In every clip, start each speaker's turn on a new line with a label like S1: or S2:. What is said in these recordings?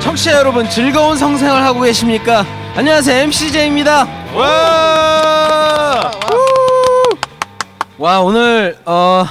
S1: 청취자 여러분 즐거운 성생활 하고 계십니까? 안녕하세요 MCJ입니다
S2: 와!
S1: 와 오늘 어,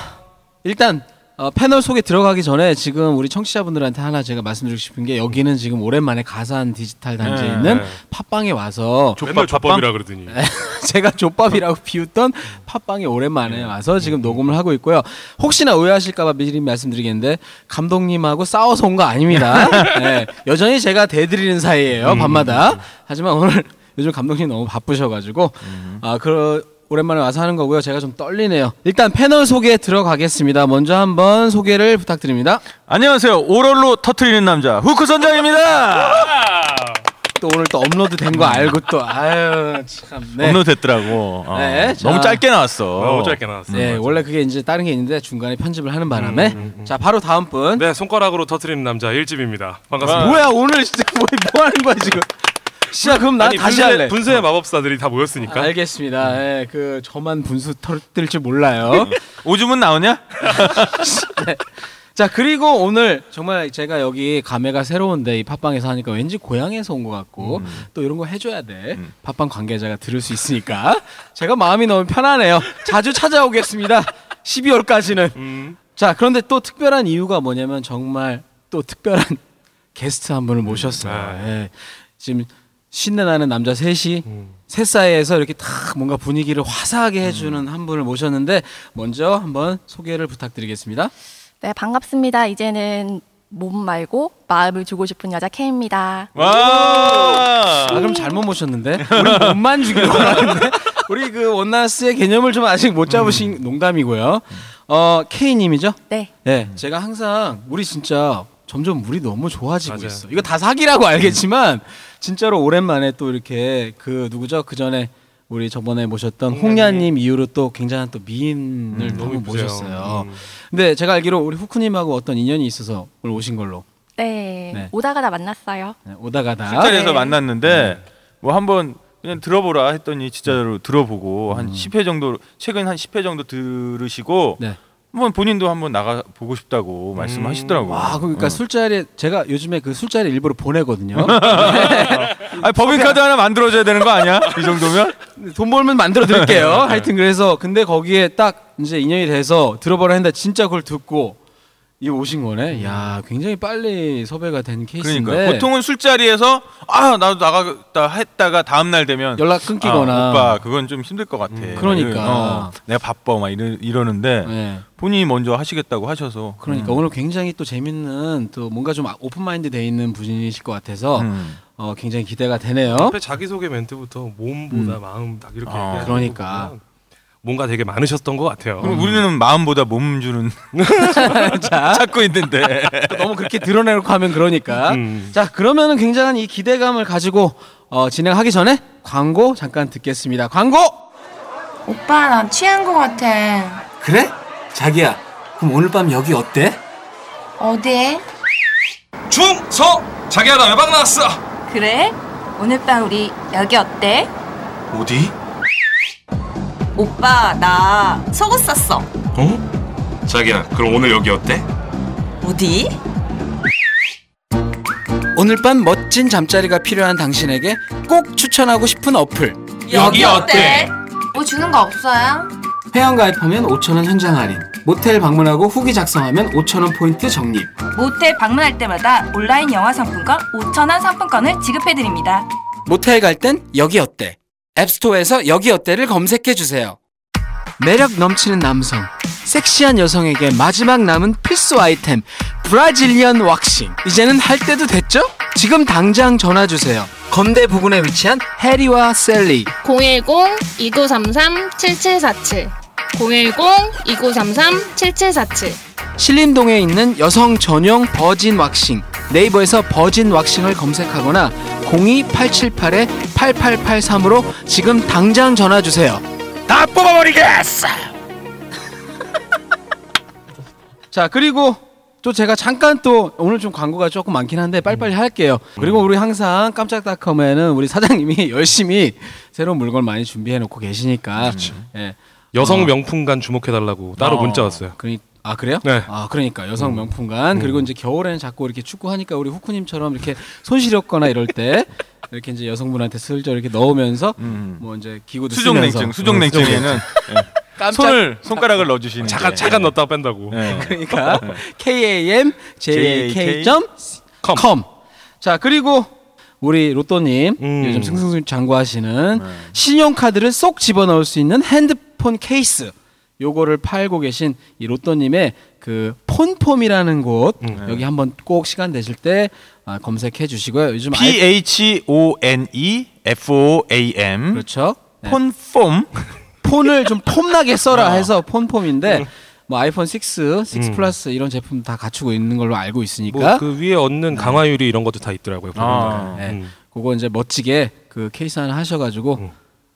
S1: 일단 어, 패널 소개 들어가기 전에 지금 우리 청취자분들한테 하나 제가 말씀드리고 싶은 게 여기는 지금 오랜만에 가산 디지털 단지에
S2: 네,
S1: 있는
S2: 네.
S1: 팟빵에 네. 와서
S2: 맨날 족밥이라 그러더니.
S1: 제가 족밥이라고 비웃던 팟빵에 오랜만에 와서 지금 녹음을 하고 있고요. 혹시나 오해하실까봐 미리 말씀드리겠는데 감독님하고 싸워서 온 거 아닙니다. 네, 여전히 제가 대드리는 사이예요 밤마다. 하지만 오늘 요즘 감독님 너무 바쁘셔가지고 아 그러 오랜만에 와서 하는 거고요. 제가 좀 떨리네요. 일단 패널 소개 들어가겠습니다. 먼저 한번 소개를 부탁드립니다.
S3: 안녕하세요. 오롤로 터트리는 남자 후크 선장입니다.
S1: 또 오늘 또 업로드 된 거 알고 또 아유 참. 네.
S3: 업로드 됐더라고. 어.
S1: 네, 자.
S3: 너무 짧게 나왔어.
S2: 너무 짧게 나왔어.
S1: 네, 원래 그게 이제 다른 게 있는데 중간에 편집을 하는 바람에 자 바로 다음 분.
S2: 네, 손가락으로 터트리는 남자 1집입니다. 반갑습니다.
S1: 뭐야 오늘 진짜 뭐, 뭐 하는 거야 지금? 시작 그럼 나
S2: 아니,
S1: 다시
S2: 분수의-
S1: 할래. 어. 아,
S2: 분수의 마법사들이 다 모였으니까.
S1: 알겠습니다. 예, 그 저만 분수 털뜰 줄 몰라요.
S3: 오줌은 나오냐?
S1: 자 그리고 오늘 정말 제가 여기 감회가 새로운데 이 팟빵에서 하니까 왠지 고향에서 온 것 같고
S2: 음.
S1: 또 이런 거 해줘야 돼. 팟빵 관계자가 들을 수 있으니까 제가 마음이 너무 편하네요. 자주 찾아오겠습니다. 12월까지는.
S2: 음.
S1: 자 그런데 또 특별한 이유가 뭐냐면 정말 또 특별한 게스트 한 분을 모셨어요.
S2: 아.
S1: 예. 지금 신내 나는 남자 셋이
S2: 음.
S1: 셋 사이에서 이렇게 탁 뭔가 분위기를 화사하게 해주는
S2: 음.
S1: 한 분을 모셨는데 먼저 한번 소개를 부탁드리겠습니다.
S4: 네, 반갑습니다. 이제는 몸 말고 마음을 주고 싶은 여자 K입니다.
S3: 와.
S1: 아 그럼 잘못 모셨는데 우리 몸만 주기로 하는데 우리 그 원나스의 개념을 좀 아직 못 잡으신
S2: 음.
S1: 농담이고요. 어 K님이죠?
S4: 네.
S1: 네,
S2: 음.
S1: 제가 항상 우리 진짜 점점 우리 너무 좋아지고
S2: 맞아요.
S1: 있어. 이거 다 사기라고 알겠지만 진짜로 오랜만에 또 이렇게 그 누구죠? 그 전에 우리 저번에 모셨던 홍야님 이후로 또 굉장한 또 미인을 또
S2: 음, 너무
S1: 한번
S2: 이쁘세요.
S1: 모셨어요.
S2: 음.
S1: 근데 제가 알기로 우리 후쿠님하고 어떤 인연이 있어서 오늘 오신 걸로
S4: 네.
S1: 네.
S4: 오다가 다 만났어요.
S1: 네, 오다가다.
S3: 술자리에서
S4: 네.
S3: 만났는데 뭐 한번 그냥 들어보라 했더니
S1: 네.
S3: 진짜로 들어보고 한 10회 정도 최근 한 10회 정도 들으시고
S1: 음. 네. 음.
S3: 한번 본인도 한번 나가 보고 싶다고 말씀하시더라고요.
S1: 와 그러니까
S3: 어.
S1: 술자리 제가 요즘에 그 술자리 일부러 보내거든요. 그
S3: 아니, 법인카드 하나 만들어줘야 되는 거 아니야? 이 정도면?
S1: 네. 돈 벌면 만들어 드릴게요.
S3: 네.
S1: 하여튼 그래서 근데 거기에 딱 이제 인연이 돼서 들어보라 했는데 진짜 그걸 듣고 이 오신 거네. 야 굉장히 빨리 섭외가 된 케이스인데
S3: 음. 그러니까 보통은 술자리에서 아 나도 나가겠다 했다가 다음 날 되면
S1: 연락 끊기거나
S3: 아, 오빠 그건 좀 힘들 것 같아.
S1: 그러니까.
S3: 어, 내가 바빠 막 이러, 이러는데
S1: 네.
S3: 본인이 먼저 하시겠다고 하셔서
S1: 그러니까 오늘 굉장히 또 재밌는 또 뭔가 좀 아, 오픈 마인드 돼 있는 분이실 것 같아서
S3: 음.
S1: 어, 굉장히 기대가 되네요.
S2: 앞에 자기소개 멘트부터 몸보다 마음 딱 이렇게
S3: 아,
S2: 얘기하는
S1: 그러니까.
S2: 거 보면 뭔가 되게 많으셨던 것 같아요.
S3: 그럼 우리는 마음보다 몸 주는 찾고 있는데
S1: 너무 그렇게 드러내놓고 하면 그러니까.
S2: 음.
S1: 자, 그러면은 굉장한 이 기대감을 가지고 어, 진행하기 전에 광고 잠깐 듣겠습니다. 광고!
S5: 오빠 나 취한 거 같아.
S1: 그래? 자기야, 그럼 오늘 밤 여기 어때?
S5: 어디?
S2: 중서 자기야 나 외박 나왔어.
S5: 그래? 오늘 밤 우리 여기 어때?
S6: 어디?
S5: 오빠 나 속옷 샀어.
S6: 어? 자기야, 그럼 오늘 여기 어때?
S5: 어디?
S1: 오늘 밤 멋진 잠자리가 필요한 당신에게 꼭 추천하고 싶은 어플.
S5: 여기 어때? 뭐 주는 거 없어요?
S1: 회원 가입하면 5,000원 현장 할인. 모텔 방문하고 후기 작성하면 5,000원 포인트 적립.
S5: 모텔 방문할 때마다 온라인 영화 상품권 5천 원 상품권을 지급해 드립니다.
S1: 모텔 갈 땐 여기 어때? 앱스토어에서 여기 어때를 검색해 주세요. 매력 넘치는 남성, 섹시한 여성에게 마지막 남은 필수 아이템 브라질리언 왁싱. 이제는 할 때도 됐죠? 지금 당장 전화 주세요. 건대 부근에 위치한 해리와 셀리.
S7: 010-2933-7747 010-2933-7747
S1: 신림동에 있는 여성 전용 버진 왁싱 네이버에서 버진 왁싱을 검색하거나 02878-8883으로 지금 당장 전화 주세요.
S2: 다 뽑아버리겠어.
S1: 자 그리고 또 제가 잠깐 또 오늘 좀 광고가 조금 많긴 한데 빨리빨리
S2: 음.
S1: 할게요. 그리고 우리 항상 깜짝닷컴에는 우리 사장님이 열심히 새로운 물건 많이 준비해 놓고 계시니까.
S2: 그렇죠.
S1: 예.
S7: 여성 명품관 주목해달라고 따로
S1: 어,
S7: 문자 왔어요.
S1: 그러니 아 그래요?
S7: 네.
S1: 아 그러니까 여성
S3: 음.
S1: 명품관 그리고 이제 겨울에는 자꾸 이렇게 축구하니까 우리 후쿠님처럼 이렇게 손 시렵거나 이럴 때 이렇게 이제 여성분한테 슬쩍 이렇게 넣으면서 뭐 이제 기구도
S3: 음. 수족냉증,
S1: 쓰면서. 음,
S3: 수족냉증에는
S1: 깜짝-
S3: 손을 손가락을 넣어주시는
S1: 예.
S7: 잠깐
S3: 게.
S7: 잠깐 넣었다 뺀다고.
S3: 예.
S1: 그러니까 k a m j a k com. 자 그리고 우리 로또님
S7: 음.
S1: 요즘 승승장구하시는 신용카드를 쏙 집어넣을 수 있는 핸드폰 케이스 요거를 팔고 계신 이 로또님의 그 폰폼이라는 곳 여기 한번 꼭 시간 되실 때 아, 검색해 주시고요. 요즘
S3: P H O N E F O A M
S1: 그렇죠. 네.
S3: 폰폼
S1: 폰을 좀 폼나게 써라 해서 폰폼인데 뭐 아이폰 6, 6 플러스 이런 제품 다 갖추고 있는 걸로 알고 있으니까
S7: 뭐 그 위에 얹는
S1: 네.
S7: 강화유리 이런 것도 다 있더라고요.
S3: 아.
S7: 보니까.
S1: 예.
S7: 음.
S1: 그거 이제 멋지게 그 케이스 하나 하셔가지고
S3: 음.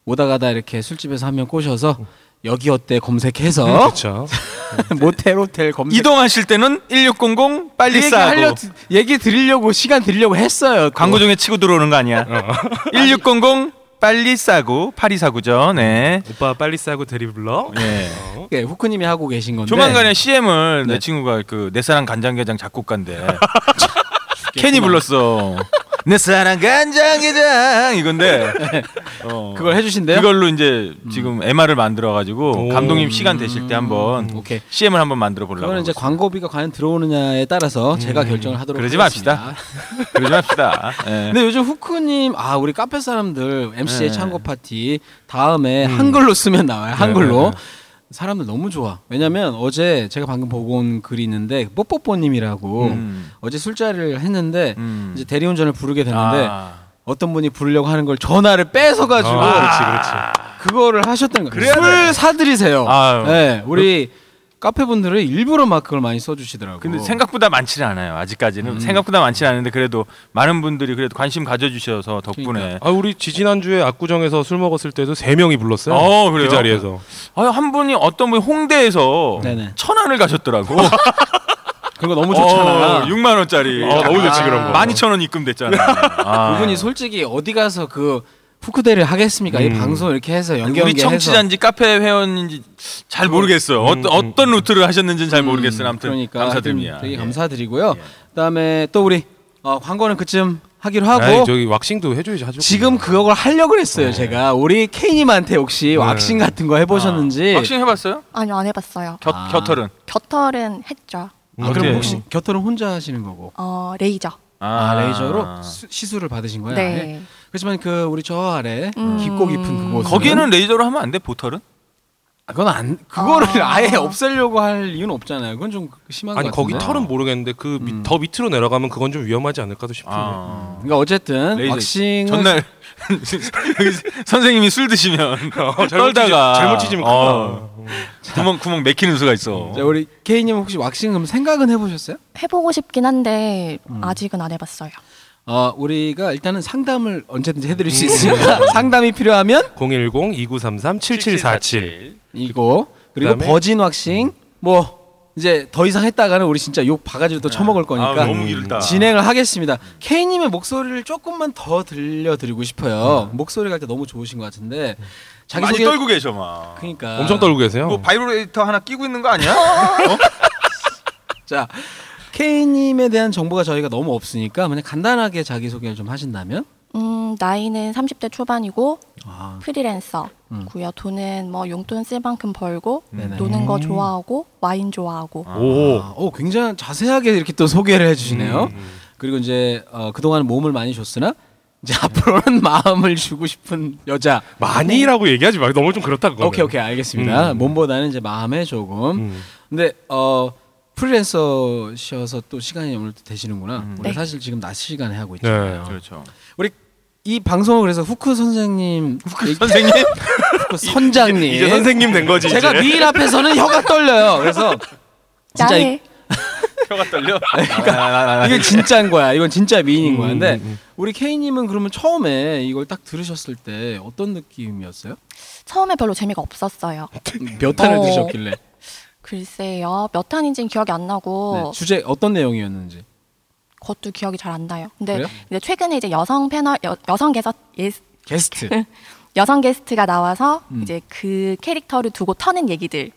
S1: 오다 가다 이렇게 술집에서 한 명 꼬셔서 여기 어때 검색해서
S7: 그렇죠.
S1: 모텔 호텔 검색
S3: 음. 이동하실 때는 1600 빨리
S1: 그 얘기
S3: 싸고
S1: 하려 얘기 드리려고 시간 드리려고 했어요. 또.
S3: 광고 중에 치고 들어오는 거 아니야? 1600 빨리 싸고 파리 사구죠. 네.
S7: 오빠 빨리 싸고 대리 불러.
S3: 예.
S1: 예, 후크님이 하고 계신 건데
S3: 조만간에 CM을
S1: 네.
S3: 내 친구가 그 내 사랑 간장게장 작곡가인데 캔이 불렀어. 내 사랑 간장게장 이건데 어, 음.
S1: 그걸 해주신대요.
S3: 그걸로 이제 지금 MR을 만들어 가지고
S7: 오.
S3: 감독님 시간 되실 때 한번
S1: 음, 오케이.
S3: CM을 한번 만들어 보려고.
S1: 거는 이제
S3: 하고
S1: 광고비가 과연 들어오느냐에 따라서 제가 결정을 하도록
S3: 음. 그러지
S1: 하겠습니다.
S3: 맙시다. 있습니다. 그러지 맙시다. 예.
S1: 근데 요즘 후크님 아 우리 카페 사람들 MC의
S3: 네.
S1: 창고 파티 다음에 한글로 쓰면 나와요
S3: 네,
S1: 한글로 사람들 너무 좋아 왜냐면 어제 제가 방금 보고 온 글이 있는데 뽀뽀뽀님이라고
S3: 음.
S1: 어제 술자리를 했는데
S3: 음.
S1: 이제 대리운전을 부르게 됐는데
S3: 아.
S1: 어떤 분이 부르려고 하는 걸 전화를 뺏어가지고
S7: 아, 그렇지, 그렇지.
S1: 그거를 하셨다는 거예요
S3: 그래야
S1: 술 사드리세요
S3: 아유.
S1: 네, 우리 카페 분들은 일부러 막 그걸 많이 써주시더라고요
S3: 근데 생각보다 많지는 않아요. 아직까지는
S1: 음.
S3: 생각보다 많지는 않은데 그래도 많은 분들이 그래도 관심 가져주셔서 덕분에
S1: 그러니까.
S7: 아 우리 지지난 주에 압구정에서 술 먹었을 때도 세 명이 불렀어요.
S3: 어, 그래요?
S7: 그 자리에서.
S3: 아유, 한 분이 어떤 분이 홍대에서
S1: 네네.
S3: 천안을 가셨더라고.
S1: 그런 거 너무 좋잖아
S3: 어, 6만 원짜리. 아,
S7: 어, 너무 좋지, 그런 거.
S3: 12,000원 입금됐잖아.
S1: 네.
S3: 아.
S1: 그분이 솔직히 어디 가서 그 후크대를 하겠습니까?
S7: 음.
S1: 이 방송 이렇게 해서 연결해서 그,
S3: 우리 청취자인지 카페 회원인지 잘 모르겠어요.
S7: 음,
S3: 어떤, 어떤 루트를 하셨는지는 잘 모르겠어요. 아무튼
S1: 그러니까
S3: 감사드립니다.
S1: 하여튼 되게
S3: 예.
S1: 감사드리고요. 그다음에 또 우리 어, 광고는 그쯤 하기로 하고
S7: 아이, 네. 저기 왁싱도 해줘야지 하죠.
S1: 뭐? 지금 그걸 하려고 했어요. 제가 우리 케이님한테 혹시
S7: 네.
S1: 왁싱 같은 거 해보셨는지
S3: 아, 왁싱 예. 해봤어요?
S4: 아니요 안 해봤어요.
S3: 겨,
S1: 아.
S3: 겨털은?
S4: 곁털은 했죠.
S1: 아,
S7: 네.
S3: 어떻게
S1: 그럼 혹시 겨털은 혼자 하시는 거고
S4: 어 레이저.
S1: 아, 레이저로 수- 시술을 받으신 거예요? 아예?
S4: 네.
S1: 그렇지만 그 우리 저 아래
S4: 음.
S1: 깊고 깊은 그곳
S3: 거기는 레이저로 하면 안 돼? 보털은?
S1: 그건 안 그거를
S4: 아.
S1: 아... 예 없애려고 할 이유는 없잖아요. 그건 좀 심한
S7: 아니
S1: 것
S7: 거기
S1: 같은데.
S7: 털은 모르겠는데 그 더 밑으로 내려가면 그건 좀 위험하지 않을까도 싶은데.
S3: 아.
S1: 그러니까 어쨌든
S3: 레이저
S1: 왁싱은
S3: 전날 선생님이 술 드시면
S7: 잘못
S3: 떨다가
S7: 찢어- 잘못 찢으면
S3: 어, 구멍 구멍 맥히는 수가 있어.
S1: 자, 우리 케이님 혹시 왁싱 그럼 생각은 해보셨어요?
S4: 해보고 싶긴 한데
S1: 음.
S4: 아직은 안 해봤어요.
S1: 어, 우리가 일단은 상담을 언제든지 해드릴
S3: 음.
S1: 수 있으니까 상담이 필요하면
S7: 010 2933 7747.
S1: 이거 그리고
S7: 그다음에-
S1: 버진 왁싱 뭐 이제 더 이상 했다가는 우리 진짜 욕 바가지로 또 처먹을 거니까
S3: 아, 너무 길다.
S1: 진행을 하겠습니다. 케이님의 목소리를 조금만 더 들려드리고 싶어요. 목소리가 일단 너무 좋으신 것 같은데 자기
S3: 음. 많이
S1: 소개
S3: 떨고 계셔 막.
S1: 그러니까
S7: 엄청 떨고 계세요.
S3: 뭐 바이브레이터 하나 끼고 있는 거 아니야?
S1: 자 케이님에 대한 정보가 저희가 너무 없으니까 그냥 간단하게 자기 소개를 좀 하신다면
S4: 음 나이는 30대 초반이고
S1: 아,
S4: 프리랜서고요. 돈은 뭐 용돈 쓸 만큼 벌고
S1: 음. 네네. 음.
S4: 노는 거 좋아하고 와인
S7: 오.
S4: 좋아하고
S7: 음.
S1: 아, 어, 굉장히 자세하게 이렇게 또 소개를 해주시네요. 그리고 이제 어, 그동안 몸을 많이 줬으나 이제 앞으로는 마음을 주고 싶은 여자.
S7: 많이라고 얘기하지 말고 너무 좀 그렇다 그거.
S1: 오케이 오케이 알겠습니다.
S7: 음.
S1: 몸보다는 이제 마음에 조금.
S7: 음.
S1: 근데 어 프리랜서셔서 또 시간이 오늘 또 되시는구나. 우리
S4: 네.
S1: 사실 지금 낮 시간에 하고
S7: 음. 네.
S1: 있잖아요.
S3: 그렇죠.
S1: 우리 이 방송을 그래서 후크 선생님, 후크
S3: 선생님
S1: 선장님,
S3: 예.
S7: 이제 선생님 된 거지.
S1: 제가
S7: 이제.
S1: 미일 앞에서는 혀가 떨려요. 그래서 진짜 이-
S4: 야해
S3: 혀가 떨려.
S1: 이게 진짜인 거야. 이건 진짜 미인인 거야. 근데 우리 케이님은 그러면 처음에 이걸 딱 들으셨을 때 어떤 느낌이었어요?
S4: 처음에 별로 재미가 없었어요.
S1: 몇 탄을
S4: 어.
S1: 들으셨길래
S4: 글쎄요, 몇 탄인지는 기억이 안
S1: 네,
S4: 나고
S1: 주제 어떤 내용이었는지.
S4: 그것도 기억이 잘 안 나요. 근데
S1: 그래요?
S4: 이제 최근에 이제 여성 패널 여, 여성 예, 게스트
S1: 게스트.
S4: 여성 게스트가 나와서
S1: 음.
S4: 이제 그 캐릭터를 두고 터는 얘기들이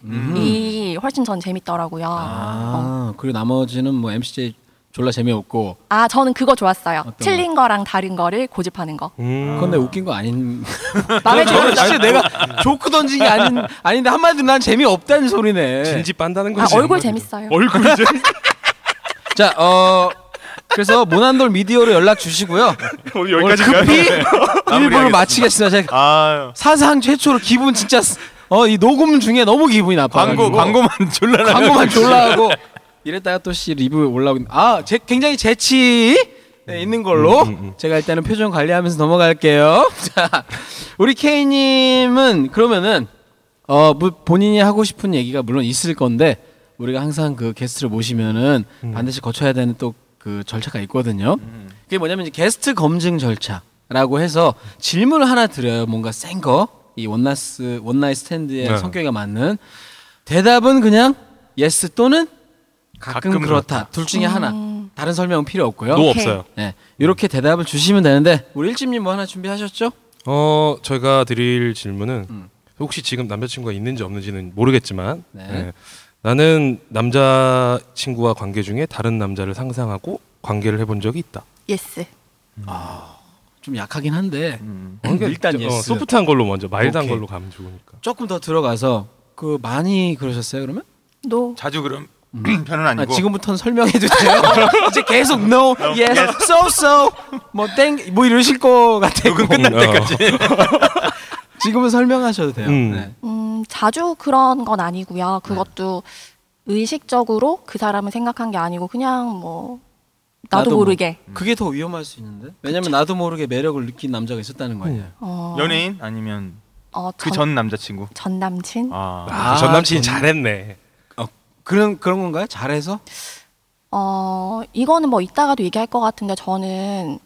S4: 훨씬 전 재밌더라고요. 어.
S1: 아 그리고 나머지는 뭐 MCJ 졸라 재미없고.
S4: 아 저는 그거 좋았어요.
S1: 어떤
S4: 틀린 거랑 다른 거를 고집하는 거.
S7: 음.
S1: 그건 내 웃긴 거 아닌.
S4: 마음에
S1: 저는
S4: 들었어요.
S1: 진짜 내가 조크 던진 게 아닌 아닌데 한마디로 난 재미없다는 소리네.
S7: 진지 빤다는
S4: 아,
S7: 거지.
S4: 얼굴
S7: 한마디로.
S4: 재밌어요.
S7: 얼굴 재밌.
S1: 자, 어 그래서 모난돌 미디어로 연락 주시고요.
S3: 뭐
S6: 오늘
S1: 오늘
S6: 여기까지인가요?
S1: 급히 일부를 마치겠습니다. 제가
S3: 아
S1: 사상 최초로 기분 진짜 어 이 녹음 중에 너무 기분이 나빠.
S3: 광고 광고만 졸라 나요.
S1: 광고만 졸라하고 이랬다가 또 씨 리뷰 올라오고 있- 아 제, 굉장히 재치 네, 있는 걸로 제가 일단은 표정 관리하면서 넘어갈게요. 자 우리 케이님은 그러면은 어 뭐, 본인이 하고 싶은 얘기가 물론 있을 건데 우리가 항상 그 게스트를 모시면은 반드시 거쳐야 되는 또 그 절차가 있거든요. 그게 뭐냐면 이제 게스트 검증 절차라고 해서 질문을 하나 드려요. 뭔가 센 거. 이 원나스 원나잇 스탠드의
S7: 네.
S1: 성격에 맞는 대답은 그냥 예스 또는 가끔,
S3: 가끔
S1: 그렇다. 둘 중에 하나. 다른 설명은 필요 없고요.
S7: 노
S4: 음. 오케이.
S7: 없어요.
S1: 네. 이렇게 대답을 주시면 되는데 우리 일집님 뭐 하나 준비하셨죠?
S7: 어 저희가 드릴 질문은 혹시 지금 남자친구가 있는지 없는지는 모르겠지만
S1: 음. 네.
S7: 예. 나는 남자 친구와 관계 중에 다른 남자를 상상하고 관계를 해본 적이 있다.
S4: 예스.
S1: 좀 약하긴 한데 음.
S7: 그러니까
S1: 일단
S7: 저-
S1: 아, 예스.
S7: 어, 소프트한 걸로 먼저 말단
S1: 오케이.
S7: 걸로 가면 좋으니까.
S1: 조금 더 들어가서 그 많이 그러셨어요 그러면?
S4: 노.
S3: 자주 그럼 편은
S1: 아,
S3: 음. 아니고.
S1: 지금부터는 설명해도 돼요? 이제 계속 no, yes, so, so, 뭐 땡, 뭐 이러실 것 같아요.
S7: 끝날 때까지.
S1: 지금은 설명하셔도 돼요.
S7: 음.
S1: 네.
S4: 음, 자주 그런 건 아니고요. 그것도 의식적으로 그 사람을 생각한 게 아니고 그냥 뭐 나도,
S1: 나도
S4: 모르게.
S1: 그게 더 위험할 수 있는데? 왜냐면 나도 모르게 매력을 느낀 남자가 있었다는 거 아니에요?
S4: 어,
S3: 연예인 아니면
S4: 어, 전,
S3: 그 전 남자친구.
S4: 전 남친.
S3: 아.
S1: 아,
S7: 전 남친이
S1: 전-
S7: 잘했네.
S1: 그런 그런 건가요? 잘해서?
S4: 어, 이거는 뭐 이따가도 얘기할 것 같은데 저는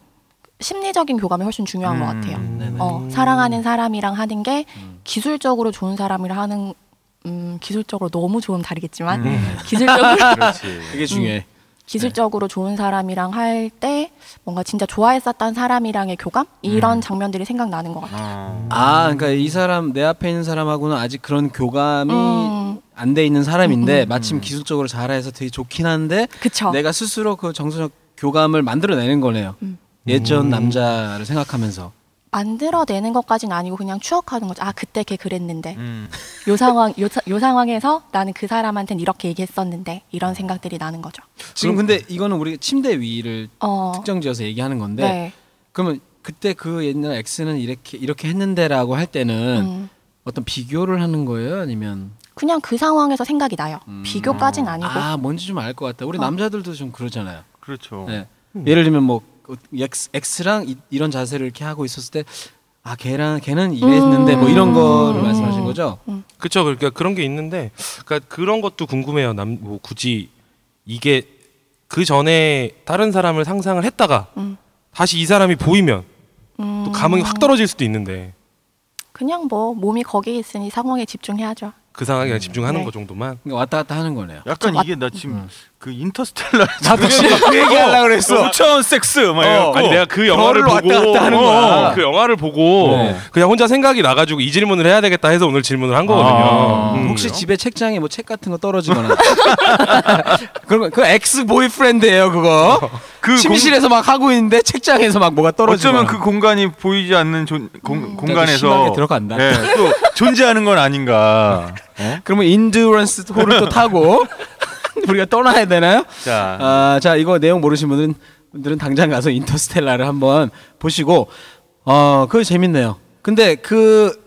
S4: 심리적인 교감이 훨씬 중요한 것
S3: 음.
S4: 같아요.
S1: 네.
S4: 어, 사랑하는 사람이랑 하는 게 기술적으로 좋은 사람이랑 하는 음, 기술적으로 너무 좋은 다르겠지만 기술적으로
S3: 그렇지.
S4: 음.
S1: 그게 중요해.
S4: 기술적으로 좋은 사람이랑 할 때 뭔가 진짜 좋아했었던 사람이랑의 교감 이런 장면들이 생각나는 것 같아요.
S3: 어.
S1: 아, 그러니까 이 사람 내 앞에 있는 사람하고는 아직 그런 교감이
S4: 음.
S1: 안 돼 있는 사람인데 마침 기술적으로 잘해서 되게 좋긴 한데
S4: 그쵸?
S1: 내가 스스로 그 정서적 교감을 만들어내는 거네요.
S4: 음.
S1: 예전 남자를 생각하면서.
S4: 만들어내는 것까지는 아니고 그냥 추억하는 거죠. 아 그때 걔 그랬는데
S3: 음.
S4: 요 상황 요, 사- 요 상황에서 나는 그 사람한테는 이렇게 얘기했었는데 이런 생각들이 나는 거죠.
S1: 지금 근데 이거는 우리가 침대 위를
S4: 어,
S1: 특정지어서 얘기하는 건데
S4: 네.
S1: 그러면 그때 그 옛날 X는 이렇게 이렇게 했는데라고 할 때는
S4: 음.
S1: 어떤 비교를 하는 거예요 아니면
S4: 그냥 그 상황에서 생각이 나요. 비교까진 아니고 어.
S1: 아 뭔지 좀 알 것 같다 우리 남자들도 좀 그러잖아요
S3: 그렇죠.
S1: 예. 예를 들면 뭐 어, X, X랑 이, 이런 자세를 이렇게 하고 있었을 때 아 걔랑 걔는 이랬는데 뭐 이런 거를 말씀하신 거죠
S7: 그렇죠. 그러니까 그런 게 있는데, 그러니까 그런 것도 궁금해요. 남 뭐 굳이 이게 그 전에 다른 사람을 상상을 했다가 다시 이 사람이 보이면 또 감흥이 확 떨어질 수도 있는데
S4: 그냥 뭐 몸이 거기에 있으니 상황에 집중해야죠.
S7: 그 상황에
S1: 음.
S7: 그냥 집중하는
S4: 네.
S7: 거 정도만.
S1: 그러니까 왔다 갔다 하는 거네요
S3: 약간 이게 나 지금 그 인터스텔라
S1: 아, 음. 나도 지금 그 얘기하려고 그랬어.
S3: 우차원 섹스 막
S7: 어,
S3: 이래갖고
S7: 아니 내가 그 영화를
S1: 별을
S7: 보고
S1: 왔다 갔다 하는 거야.
S7: 어, 그 영화를 보고
S1: 네.
S7: 그냥 혼자 생각이 나가지고 이 질문을 해야 되겠다 해서 오늘 질문을 한 거거든요.
S3: 아.
S7: 음.
S1: 어, 혹시 집에 책장에 뭐 책 같은 거 떨어지거나 그런 거그 엑스 보이프렌드예요 그거
S3: 그
S1: 침실에서 막 하고 있는데 책장에서 막 뭐가
S3: 공,
S1: 떨어지거나
S3: 어쩌면 그 공간이 보이지 않는 존, 공,
S1: 음. 심하게
S3: 공간에서
S1: 들어간다.
S3: 예, 또 존재하는 건 아닌가. 어?
S1: 그러면 인듀런스 호를 또 타고 우리가 떠나야 되나요?
S3: 자.
S1: 아, 자 이거 내용 모르신 분들은 분들은 당장 가서 인터스텔라를 한번 보시고 어 그거 재밌네요. 근데 그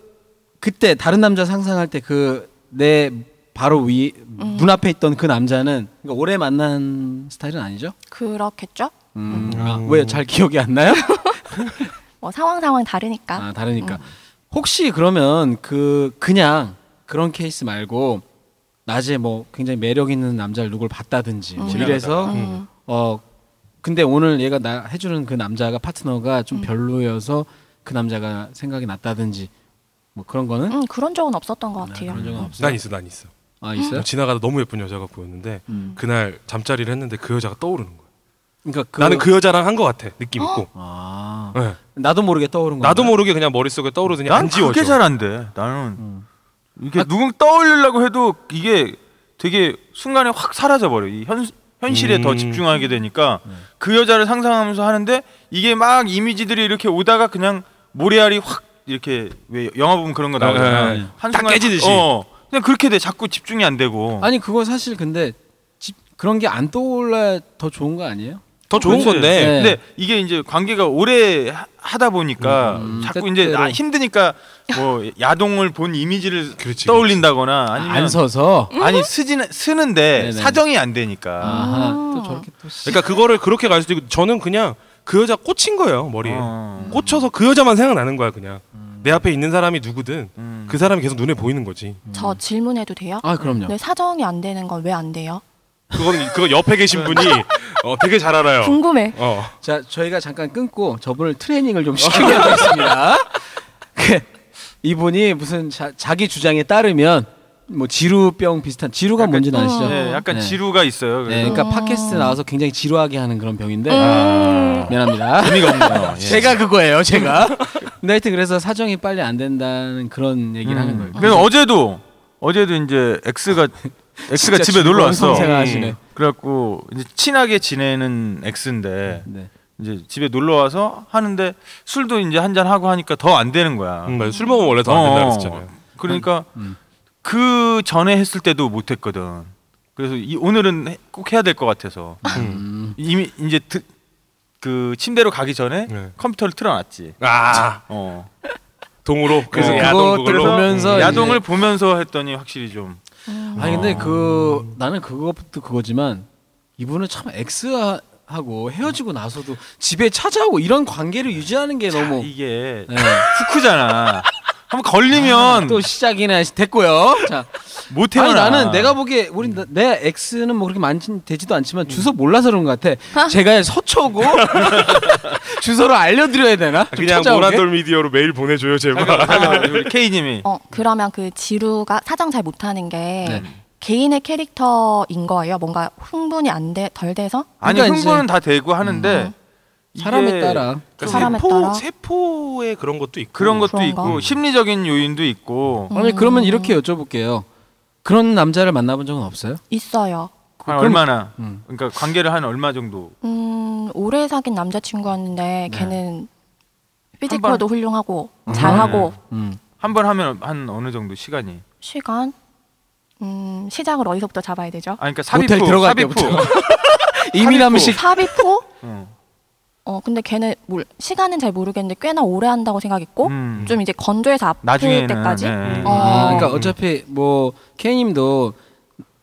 S1: 그때 다른 남자 상상할 때 그 내 바로 위 눈앞에 있던 그 남자는 그러니까 오래 만난 스타일은 아니죠? 아,
S4: 그렇겠죠?
S1: 왜 잘 기억이 안 나요?
S4: 뭐 상황 상황 다르니까. 음.
S1: 아, 다르니까. 혹시 그러면 그 그냥 그런 케이스 말고 낮에 뭐 굉장히 매력 있는 남자를 누굴 봤다든지 뭐
S4: 음.
S1: 이래서
S4: 음.
S1: 어 근데 오늘 얘가 나 해주는 그 남자가 파트너가
S4: 음.
S1: 좀 별로여서 그 남자가 생각이 났다든지 뭐 그런 거는
S4: 음, 그런 적은 없었던 것
S1: 아,
S4: 같아요.
S1: 그런 적은 없어요.
S7: 난 있어, 난 있어.
S1: 아 있어요?
S7: 지나가다 너무 예쁜 여자가 보였는데
S1: 음.
S7: 그날 잠자리를 했는데 그 여자가 떠오르는 거야.
S1: 그러니까 그,
S7: 나는 그 여자랑 한 것 같아. 느낌 있고.
S1: 아
S7: 예.
S1: 나도 모르게 떠오른 거
S7: 나도 모르게 그냥 머릿속에 떠오르더니 안
S3: 난
S7: 지워져. 음. 아,
S3: 그게 잘 안 돼. 나는 이게 누군 떠올리려고 해도 이게 되게 순간에 확 사라져 버려. 이 현, 현실에 더
S7: 음.
S3: 집중하게 되니까 그 여자를 상상하면서 하는데 이게 막 이미지들이 이렇게 오다가 그냥 모래알이 확 이렇게 왜 영화 보면 그런 거
S7: 네, 네,
S3: 나오잖아.
S7: 네.
S3: 한순간
S7: 딱 깨지듯이.
S3: 어. 그냥 그렇게 돼. 자꾸 집중이 안 되고.
S1: 아니 그거 사실 근데 집, 그런 게 안 떠올라 더 좋은 거 아니에요?
S7: 더 좋은
S3: 그치?
S7: 건데.
S1: 네.
S3: 근데 이게 이제 관계가 오래 하- 하다 보니까
S1: 음,
S3: 자꾸 이제
S1: 때때로.
S3: 아, 힘드니까 뭐 야동을 본 이미지를
S7: 그렇지,
S3: 떠올린다거나 아니면
S1: 안 서서
S4: 음.
S3: 아니 쓰진 쓰는데
S1: 네네.
S3: 사정이 안 되니까.
S1: 아하 또 저렇게 또 씨-
S7: 그러니까 그거를 그렇게 갈 수도 있고 저는 그냥 그 여자 꽂힌 거예요 머리에.
S1: 아.
S3: 어.
S7: 꽂혀서 그 여자만 생각나는 거야 그냥.
S1: 음.
S7: 내 앞에 있는 사람이 누구든
S3: 음.
S7: 그 사람이 계속 눈에 보이는 거지.
S4: 저 질문해도 돼요?
S1: 아 그럼요.
S4: 네, 사정이 안 되는 건 왜 안 돼요?
S7: 그거는 그거 옆에 계신 분이 어, 되게 잘 알아요.
S4: 궁금해.
S7: 어.
S1: 자 저희가 잠깐 끊고 저분을 트레이닝을 좀 시키겠습니다. 그, 이분이 무슨 자, 자기 주장에 따르면 뭐 지루병 비슷한 지루가
S3: 약간-
S1: 뭔지는 아시죠?
S3: 네, 약간
S1: 네.
S3: 지루가 있어요.
S1: 네,
S3: 그래서
S1: 그러니까 팟캐스트 나와서 굉장히 지루하게 하는 그런 병인데
S3: 아,
S1: 미안합니다.
S3: 의미가 없네요. 예.
S1: 그러니까. 제가 그거예요, 제가. 근데 하여튼 그래서 사정이 빨리 안 된다는 그런 얘기를 하는 거예요.
S3: 그래서 어제도 어제도 이제 X가 X가
S1: 진짜
S3: 집에 놀러 왔어.
S1: 즐거운 생활하시네.
S3: 음. 그래갖고 이제 친하게 지내는 X인데
S1: 네.
S3: 이제 집에 놀러 와서 하는데 술도 이제 한 잔 하고 하니까 더 안 되는 거야.
S7: 음, 맞아. 술 먹으면 원래 더 안 된다
S3: 어,
S7: 그랬잖아요.
S3: 그러니까
S1: 음.
S3: 그 전에 했을 때도 못 했거든. 그래서 이 오늘은 해- 꼭 해야 될 것 같아서
S7: 음.
S3: 이미 이제 드, 그 침대로 가기 전에
S7: 네.
S3: 컴퓨터를 틀어놨지.
S7: 아
S3: 어.
S7: 동으로
S1: 그래서
S7: 어,
S1: 그거
S7: 야동 그걸로? 음.
S1: 보면서 이제-
S3: 야동을 보면서 했더니 확실히 좀
S1: 아니 근데
S3: 어.
S1: 그 나는 그것도 그거지만 이분은 참 X하고 헤어지고 나서도 집에 찾아오고 이런 관계를 유지하는 게
S3: 자,
S1: 너무
S3: 이게
S1: 네.
S3: 후크잖아. 한번 걸리면
S1: 아, 또 시작이나 됐고요. 자,
S3: 못 해요.
S1: 아니 나는 내가 보기에 우리 나- 내 X는 뭐 그렇게 많진 되지도 않지만 주소 몰라서 그런 것 같아. 제가 서초고 주소를 알려드려야 되나? 좀
S7: 그냥
S1: 찾아오게?
S7: 모란돌 미디어로 메일 보내줘요
S3: 아, 그러니까
S7: 제발.
S3: K님이
S4: 어, 그러면 그 지루가 사정 잘 못하는 게
S1: 네.
S4: 개인의 캐릭터인 거예요. 뭔가 흥분이 안 돼, 덜 돼서
S3: 아니
S1: 그러니까 음.
S3: 흥분은 다 되고 하는데 이게
S1: 사람에 따라
S7: 그러니까
S4: 사람에
S7: 세포
S4: 따라.
S7: 세포의 그런 것도 있고
S3: 그런 것도
S4: 그런가?
S3: 있고 심리적인 요인도 있고
S1: 아니 그러면 이렇게 여쭤볼게요. 그런 남자를 만나본 적은 없어요?
S4: 있어요.
S3: 한 얼마나
S1: 음.
S3: 그러니까 관계를 한 얼마 정도
S4: 음, 오래 사귄
S1: 네.
S4: 남자친구였는데 걔는 피지컬도 훌륭하고
S3: 네.
S4: 잘하고
S1: 음.
S3: 한 번 하면 한 어느 정도 시간이
S4: 시간 음, 시작을 어디서부터 잡아야 되죠?
S3: 아 그러니까
S1: 호텔
S3: 삽입후
S1: 들어갈
S3: 삽입후
S1: 때부터. 이민남 씨
S4: 삽입포?
S3: 어.
S4: 어, 근데 걔는 뭘 시간은 잘 모르겠는데 꽤나 오래 한다고
S1: 어?
S4: 생각했고
S3: 음.
S4: 좀 이제 건조해서 아플
S3: 나중에는
S4: 때까지
S3: 네.
S4: 어,
S1: 아, 그러니까 어차피 뭐 K님도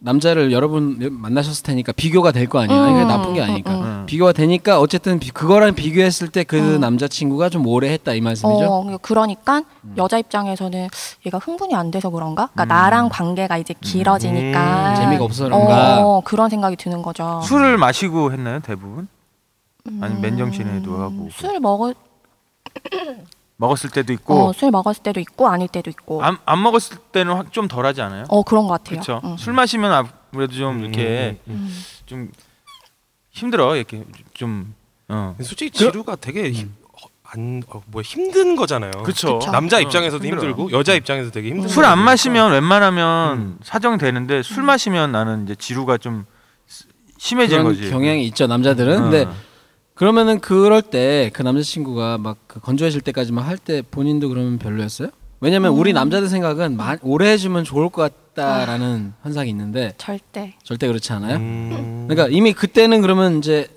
S1: 남자를 여러분 만나셨을 테니까 비교가 될 거 아니에요. 아니, 그게
S4: 음,
S1: 나쁜 게
S4: 음,
S1: 아니니까
S3: 음.
S1: 비교가 되니까 어쨌든 비- 그거랑 비교했을 때 그 남자친구가 좀 오래했다 이 말씀이죠. 음.
S4: 어, 그러니까 여자 입장에서는 얘가 흥분이 안 돼서 그런가? 그러니까 나랑 관계가 이제 길어지니까
S1: 음, 재미가 없어서 그런가?
S4: 어, 그런 생각이 드는 거죠.
S3: 술을 마시고 했나요 대부분 아니면 맨정신에도 하고
S4: 음.
S3: 뭐.
S4: 술 먹을
S3: 먹었을 때도
S4: 어,
S3: 있고
S4: 술 먹었을 때도 있고 아닐 때도 있고.
S3: 안, 안 먹었을 때는 확- 좀 덜하지 않아요
S4: 어 그런 것 같아요.
S3: 그렇죠
S4: 응. 음.
S3: 술 마시면 아무래도
S1: 음,
S3: 좀 이렇게 좀 힘들어 이렇게 좀 어.
S7: 솔직히 지루가 되게 힘, 어, 안 어, 뭐야 힘든 거잖아요.
S3: 그쵸.
S4: 그쵸.
S7: 남자
S3: 어,
S7: 입장에서도
S3: 힘들어요.
S7: 힘들고 여자 입장에서 되게
S4: 음.
S7: 힘든.
S3: 술 안
S7: 거잖아요.
S3: 마시면 웬만하면
S1: 음.
S3: 사정 되는데 술 마시면 나는 이제 지루가 좀 스- 심해지는
S1: 그런
S3: 거지.
S1: 경향이 있죠 남자들은.
S3: 어.
S1: 근데 그러면은 그럴 때 그 남자친구가 막그 건조해질 때까지만 할 때 본인도 그러면 별로였어요? 왜냐면 우리 남자들 생각은 마- 오래 해주면 좋을 것 같다라는 현상이 있는데
S4: 절대.
S1: 절대 그렇지 않아요.
S7: 음.
S1: 그러니까 이미 그때는 그러면 이제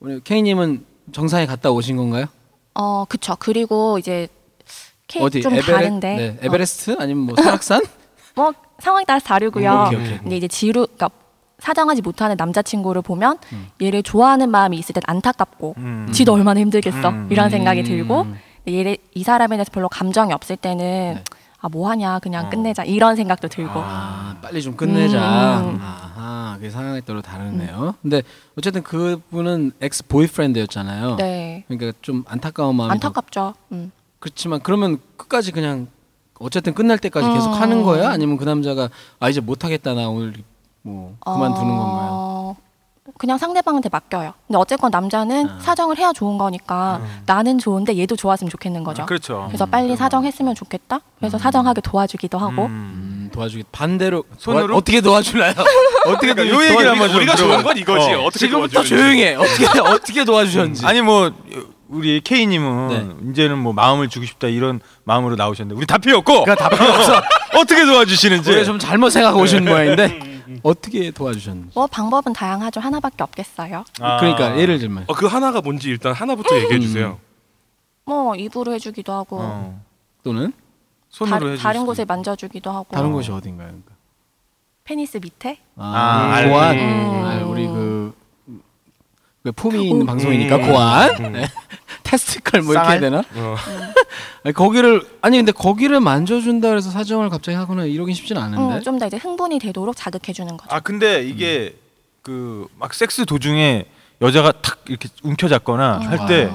S1: 우리 케이님은 정상에 갔다 오신 건가요?
S4: 어 그쵸. 그리고 이제 케
S1: 어디
S4: 좀 다른데.
S1: 네, 에베레스트 아니면 뭐 설악산?
S4: 어, 뭐 상황에 따라 다르고요.
S1: 음, 오케이, 오케이.
S4: 근데 이제 지루, 그러니까 사정하지 못하는 남자친구를 보면
S1: 음.
S4: 얘를 좋아하는 마음이 있을 때 안타깝고,
S3: 음.
S4: 지도 얼마나 힘들겠어
S3: 음.
S4: 이런 생각이 들고,
S1: 음. 네.
S4: 근데 얘를 이 사람에 대해서 별로 감정이 없을 때는 아 뭐하냐 그냥 끝내자 이런 생각도 들고
S1: 어. 아, 빨리 좀 끝내자.
S4: 음.
S1: 아하, 그 상황에 따라 다르네요. 근데 어쨌든 그분은 엑스 보이프렌드였잖아요.
S4: 네
S1: 그러니까 좀 안타까운 마음이 더-
S4: 안타깝죠. 음.
S1: 그렇지만 그러면 끝까지 그냥 어쨌든 끝날 때까지 계속
S4: 음.
S1: 하는 거야? 아니면 그 남자가 아 이제 못 하겠다 나 오늘 뭐 그만두는 건가요?
S4: 어, 그냥 상대방한테 맡겨요. 근데 어쨌건 남자는
S1: 아.
S4: 사정을 해야 좋은 거니까 나는 좋은데 얘도 좋았으면 좋겠는 거죠.
S3: 아, 그렇죠.
S4: 그래서 빨리 사정했으면 좋겠다. 그래서 사정하게 도와주기도 하고.
S3: 음.
S1: 음. 음, 도와주기 반대로 도와-
S3: 손으로?
S1: 어떻게 도와주나요? 어떻게
S3: 그러니까 요 얘기를 한번 좀
S2: 우리가 좋은
S3: 들어보자.
S2: 건 이거지.
S3: 어.
S2: 어. 떻게
S1: 지금부터 조용해. 어떻게 어떻게 도와주셨는지.
S3: 아니 뭐 우리 K 님은 이제는 뭐 마음을 주고 싶다 이런 마음으로 나오셨는데 우리 다 필요 없고
S1: 그러니까 답이 없어.
S3: 어떻게 도와주시는지
S1: 우리가 좀 잘못 생각하고 오신 모양인데 어떻게 도와주셨는지.
S4: 뭐 방법은 다양하죠. 하나밖에 없겠어요.
S3: 아.
S1: 그러니까 예를 들면
S7: 어, 그 하나가 뭔지 일단 하나부터 얘기해 주세요.
S4: 뭐 입으로 해주기도 하고
S3: 어.
S1: 또는
S3: 손으로
S4: 다,
S3: 해줄
S4: 다른
S3: 수도
S4: 곳에 만져주기도 하고
S1: 다른 곳이 어딘가요? 그러니까.
S4: 페니스 밑에
S1: 아,
S3: 음.
S1: 고안.
S4: 음.
S1: 아, 우리 그, 그 품이 있는 방송이니까 고안. 네. 테스티컬 뭐 이렇게 해야 되나? 아니, 거기를 아니 근데 거기를 만져준다 그래서 사정을 갑자기 하거나 이러긴 쉽진 않은데.
S4: 음, 좀더 이제 흥분이 되도록 자극해주는 거죠.
S3: 아 근데 이게 그 막 섹스 도중에 여자가 탁 이렇게 움켜잡거나 할 때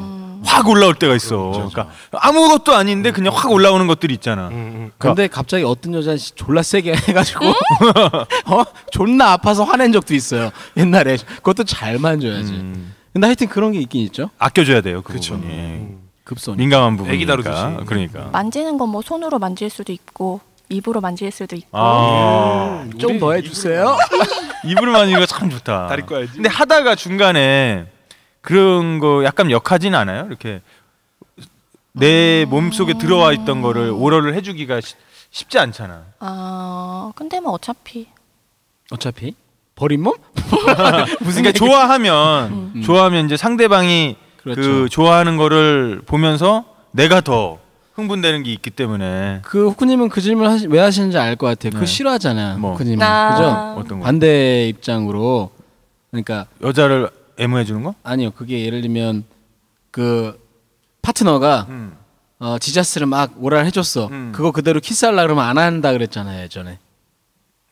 S3: 확 올라올 때가 있어. 그러니까 아무것도 아닌데 그냥 확 올라오는 것들이 있잖아.
S7: 음,
S3: 그러니까
S1: 근데 갑자기 어떤 여자 씨 졸라 세게 해가지고 어 존나 아파서 화낸 적도 있어요 옛날에 그것도 잘 만져야지.
S3: 음.
S1: 근데 하여튼 그런 게 있긴 있죠.
S3: 아껴줘야 돼요 그 부분이
S1: 음. 급손.
S3: 민감한
S7: 애기
S3: 부분이니까.
S7: 다루듯이.
S3: 그러니까.
S4: 만지는 건 뭐 손으로 만질 수도 있고 입으로 만질 수도 있고
S3: 아
S1: 좀 더 해주세요.
S3: 입으로 만지는 거참 좋다.
S7: 다리 꺼야지.
S3: 근데 하다가 중간에 그런 거 약간 역하진 않아요? 이렇게 내 몸속에 들어와 있던 거를 오러를 해주기가 쉽- 쉽지 않잖아.
S4: 아 근데 뭐 어차피
S1: 어차피 버린 몸?
S3: 무슨 그러니까 좋아하면 좋아하면 이제 상대방이 그
S1: 음. 그렇죠.
S3: 좋아하는 거를 보면서 내가 더 흥분되는 게 있기 때문에
S1: 그 호쿠님은 그 질문 하시, 왜 하시는지 알 것 같아요. 그거
S3: 네.
S1: 싫어하잖아요.
S3: 뭐.
S1: 호쿠님은
S4: 아.
S1: 그죠?
S3: 어떤 거
S1: 반대 입장으로 그러니까
S3: 여자를 애무해 주는 거?
S1: 아니요 그게 예를 들면 그 파트너가
S3: 음.
S1: 어, 지자스를 막 오랄 해줬어.
S3: 음.
S1: 그거 그대로 키스하려 그러면 안 한다 그랬잖아요 예전에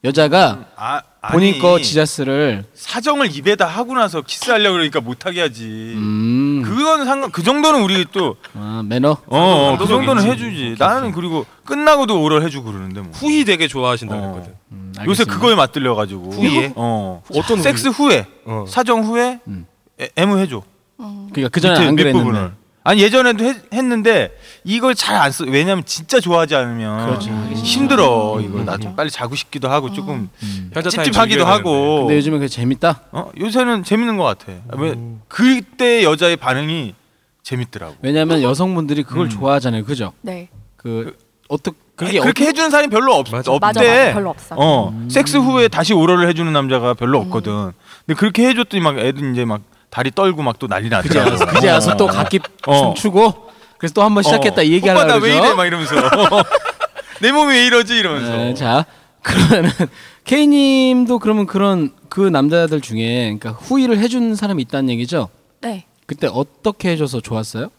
S1: 여자가
S3: 아 아니,
S1: 본인 거 지자스를
S3: 사정을 입에다 하고 나서 키스하려 그러니까 못하게 하지.
S1: 음
S3: 그건 상관 그 정도는 우리 또
S1: 아, 매너
S3: 어, 어, 그 정도는 해주지. 나는 그리고 끝나고도 오를 해주고 그러는데 뭐.
S7: 후이 되게 좋아하신다
S3: 어.
S7: 그랬거든.
S1: 음,
S3: 요새
S1: 알겠습니다.
S3: 그거에 맞들려 가지고.
S7: 후에?
S3: 어.
S7: 어떤
S3: 섹스 후에
S7: 어.
S3: 사정 후에
S1: 음.
S3: 애- 애무해 줘.
S1: 그러니까 그 전에 안
S3: 밑에
S1: 그랬는데
S3: 밑부분을. 아니 예전에도 했, 했는데 이걸 잘 안 써. 왜냐면 진짜 좋아하지 않으면
S1: 그렇죠. 음. 하기
S3: 힘들어. 이거 나도 빨리 자고 싶기도 하고 조금
S1: 음.
S7: 현자 타임
S3: 찝찝하기도
S7: 즐겨야
S3: 하고.
S1: 근데 요즘에 음. 그게 재밌다.
S3: 어? 요새는 재밌는 것 같아. 왜 그때 여자의 반응이 재밌더라고.
S1: 왜냐하면 여성분들이 그걸 좋아하잖아요 그죠?
S4: 네
S1: 그 어떻게 그게
S3: 음. 그렇게 해주는 사람이 별로 없,
S7: 맞아.
S3: 없대.
S4: 맞아, 맞아. 별로 없어. 음.
S3: 어,
S1: 음.
S3: 섹스 후에 다시 오러를 해주는 남자가 별로 없거든. 근데 그렇게 해줬더니 막 애들 이제 막 다리 떨고 막 또 난리
S1: 그제
S3: 나더라고.
S1: 와서 그제 와서 또 각기
S3: 어.
S1: 춤추고 그래서 또 한 번 시작했다 이 얘기하려고
S3: 오빠 나왜
S1: 그러죠.
S3: 이래 막 이러면서 내 몸이 왜 이러지 이러면서.
S1: 네, 자 그러면은 K 님도 그러면 그런 그 남자들 중에 그러니까 후의를 해준 사람이 있다는 얘기죠.
S4: 네.
S1: 그때 어떻게 해줘서 좋았어요?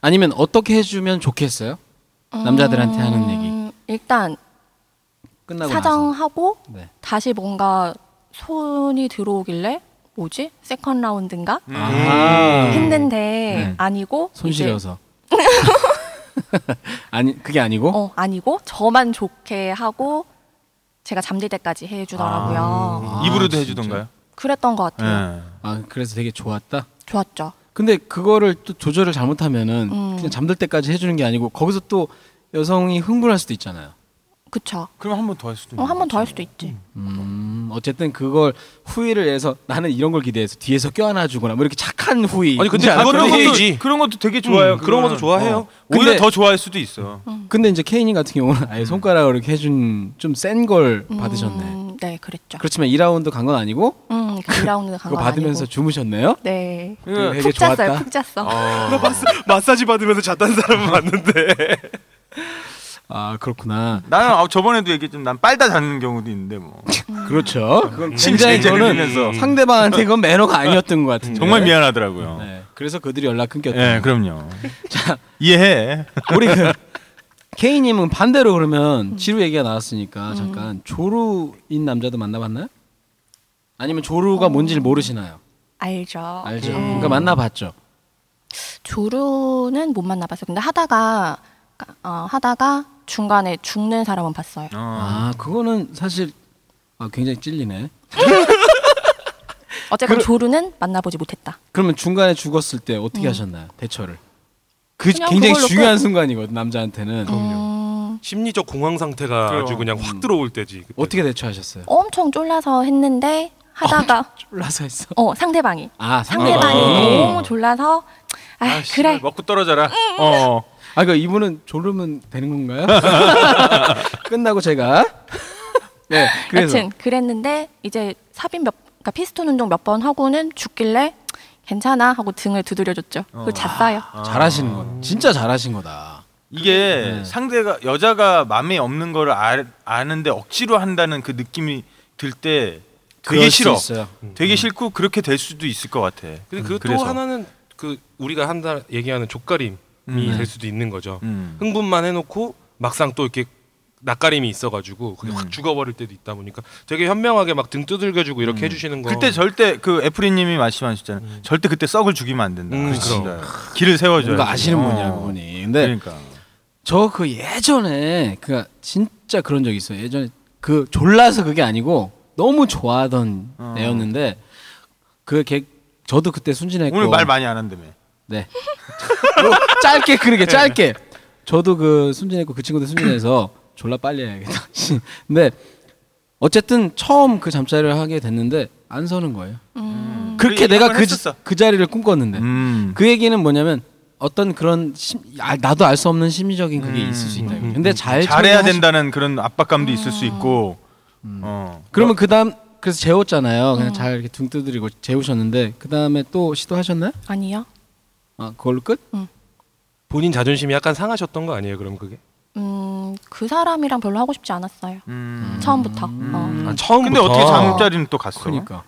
S1: 아니면 어떻게 해주면 좋겠어요? 남자들한테 하는 얘기
S4: 음, 일단
S1: 끝나고 나서
S4: 사정하고
S1: 네.
S4: 다시 뭔가 손이 들어오길래 뭐지 세컨 라운드인가
S7: 음.
S1: 아,
S4: 했는데
S3: 음.
S4: 아니고
S1: 손
S4: 이제-
S1: 시려서 아니 그게 아니고
S4: 어 아니고 저만 좋게 하고 제가 잠들 때까지 해주더라고요.
S1: 아,
S3: 입으로도
S1: 진짜.
S3: 해주던가요?
S4: 그랬던 것 같아요.
S3: 예.
S1: 아 그래서 되게 좋았다.
S4: 좋았죠.
S1: 근데 그거를 또 조절을 잘못하면은
S4: 음.
S1: 그냥 잠들 때까지 해주는 게 아니고 거기서 또 여성이 흥분할 수도 있잖아요.
S4: 그쵸.
S3: 그럼 한 번 더 할 수도 있는
S4: 어, 한 번
S3: 거지.
S4: 더 할 수도 있지.
S1: 음, 어쨌든 그걸 후위를 해서 나는 이런 걸 기대해서 뒤에서 껴안아주거나 뭐 이렇게 착한 후위.
S7: 아니, 근데
S1: 뭔지
S7: 그건
S1: 알아요?
S3: 그런 것도
S7: 헤이지.
S3: 그런 것도 되게 좋아요.
S7: 음, 그런 것도 좋아해요.
S3: 오히려
S1: 근데-
S3: 더 좋아할 수도 있어.
S4: 음.
S1: 근데 이제 케이님 같은 경우는
S7: 음.
S1: 아예 손가락으로 이렇게 해준 좀 센 걸 받으셨네.
S4: 음, 네, 그랬죠.
S1: 그렇지만 2라운드 간 건 아니고
S4: 음, 그 2라운드
S1: 그거
S4: 간거
S1: 받으면서 주무셨네요.
S4: 네.
S1: 그거 되게
S4: 푹 잤어요.
S1: 좋았다.
S4: 푹 잤어.
S7: 예, 마사지 받으면서 잤다는 사람은 봤는데.
S1: 아 그렇구나.
S3: 나는 아, 저번에도 얘기했지만 난 빨다 자는 경우도 있는데 뭐
S4: 음.
S1: 그렇죠.
S3: 심지어
S1: 굉장히
S3: 이제
S1: 저는
S3: 흘리면서.
S1: 상대방한테 그건 매너가 아니었던 것 같은데.
S3: 정말 미안하더라고요. 네, 예,
S7: 그-
S1: 네, 그래서 예, 그들이 연락 끊겼다.
S3: 그럼요. 이해해.
S1: 우리 그 케이님은 반대로
S4: 음.
S1: 그러면 지루 얘기가 나왔으니까 잠깐 조루인 남자도 만나봤나요? 아니면 조루가 뭔지를 모르시나요?
S4: 알죠. 네.
S1: 알죠.
S4: 음.
S1: 그러니까 만나봤죠.
S4: 조류는 못 만나봤어요. 근데 하다가 어, 하다가 중간에 죽는 사람은 봤어요.
S1: 아 그거는 사실 아, 굉장히 찔리네.
S4: 어쨌건 조류는 만나보지 못했다.
S1: 그러면 중간에 죽었을 때 어떻게 하셨나요? 대처를? 그
S4: 음. 그냥
S1: 굉장히
S4: 그걸로
S1: 중요한 순간이거든 남자한테는
S4: 음,
S7: 심리적 공황 상태가 아주 그냥 확
S3: 음.
S7: 들어올 때지. 그때.
S1: 어떻게 대처하셨어요?
S4: 엄청 쫄라서 했는데
S1: 아,
S4: 하다가
S1: 쫄라서 했어.
S4: 어 상대방이
S1: 아 어. 상대방.
S4: 상대방이 음. 너무 졸라서 아,
S3: 아, 씨발,
S4: 그래
S3: 먹고 떨어져라. 어.
S1: 아 그러니까 이분은 졸르면 되는 건가요? 끝나고 제가 네 그래서
S4: 여튼 그랬는데 이제 삽입 몇 그러니까 피스톤 운동 몇 번 하고는 죽길래 괜찮아 하고 등을 두드려줬죠. 그리고 잤어요.
S1: 아. 잘하시는 거 진짜 잘하신 거다.
S3: 이게
S1: 네.
S3: 상대가 여자가 마음에 없는 거를 아, 아는데 억지로 한다는 그 느낌이 들 때 되게
S1: 그럴 수
S3: 싫어.
S1: 있어요. 음.
S3: 되게 싫고 그렇게 될 수도 있을 것 같아.
S7: 근데 그또
S3: 그래서.
S7: 하나는 그 우리가 한다 얘기하는 족가림이
S3: 음.
S7: 될 수도 있는 거죠.
S3: 음.
S7: 흥분만 해놓고 막상 또 이렇게 낯가림이 있어가지고 그게
S3: 음.
S7: 확 죽어버릴 때도 있다 보니까 되게 현명하게 막 등 두들겨주고
S3: 음.
S7: 이렇게 해주시는 거.
S3: 그때 절대 그 애프리님이 말씀하셨잖아요. 절대 그때 썩을 죽이면 안 된다.
S7: 음,
S3: 그렇죠.
S7: 그럼.
S3: 길을 세워줘요.
S1: 음. 뭔가 아시는 분이야 그분이. 근데
S3: 그러니까.
S1: 저 그 예전에 그 진짜 그런 적 있어요. 예전에 그 졸라서 그게 아니고 너무 좋아하던
S3: 어.
S1: 애였는데 그 걔 저도 네. 그때 순진했고
S3: 오늘 말 많이 안 한다며.
S1: 네. 요, 짧게 그러게
S3: 네.
S1: 짧게. 저도 그 순진했고 그 친구도 순진해서 졸라 빨리 해야겠다. 근데 어쨌든 처음 그 잠자리를 하게 됐는데 안 서는 거예요. 그렇게
S3: 그래,
S1: 내가
S3: 한번
S1: 그, 지-
S3: 했었어.
S1: 그 자리를 꿈꿨는데
S3: 음.
S1: 그 얘기는 뭐냐면 어떤 그런 심, 아, 나도 알 수 없는 심리적인 그게 있을 수 있다. 근데 잘
S3: 음. 잘해야
S1: 처리하시- 아.
S3: 된다는 그런 압박감도 있을 수 있고. 어.
S1: 그러면 그 다음 그래서 재웠잖아요. 그냥 잘 이렇게 등 두드리고 재우셨는데 그 다음에 또 시도하셨나요?
S4: 아니요.
S1: 아 그걸로 끝?
S7: 본인 자존심이 약간 상하셨던 거 아니에요? 그럼 그게
S4: 음, 그 사람이랑 별로 하고 싶지 않았어요.
S3: 음.
S4: 처음부터 어.
S7: 아, 처음부터.
S3: 근데 어떻게
S1: 뭐
S3: 장자리는또 갔어?
S1: 그러니까.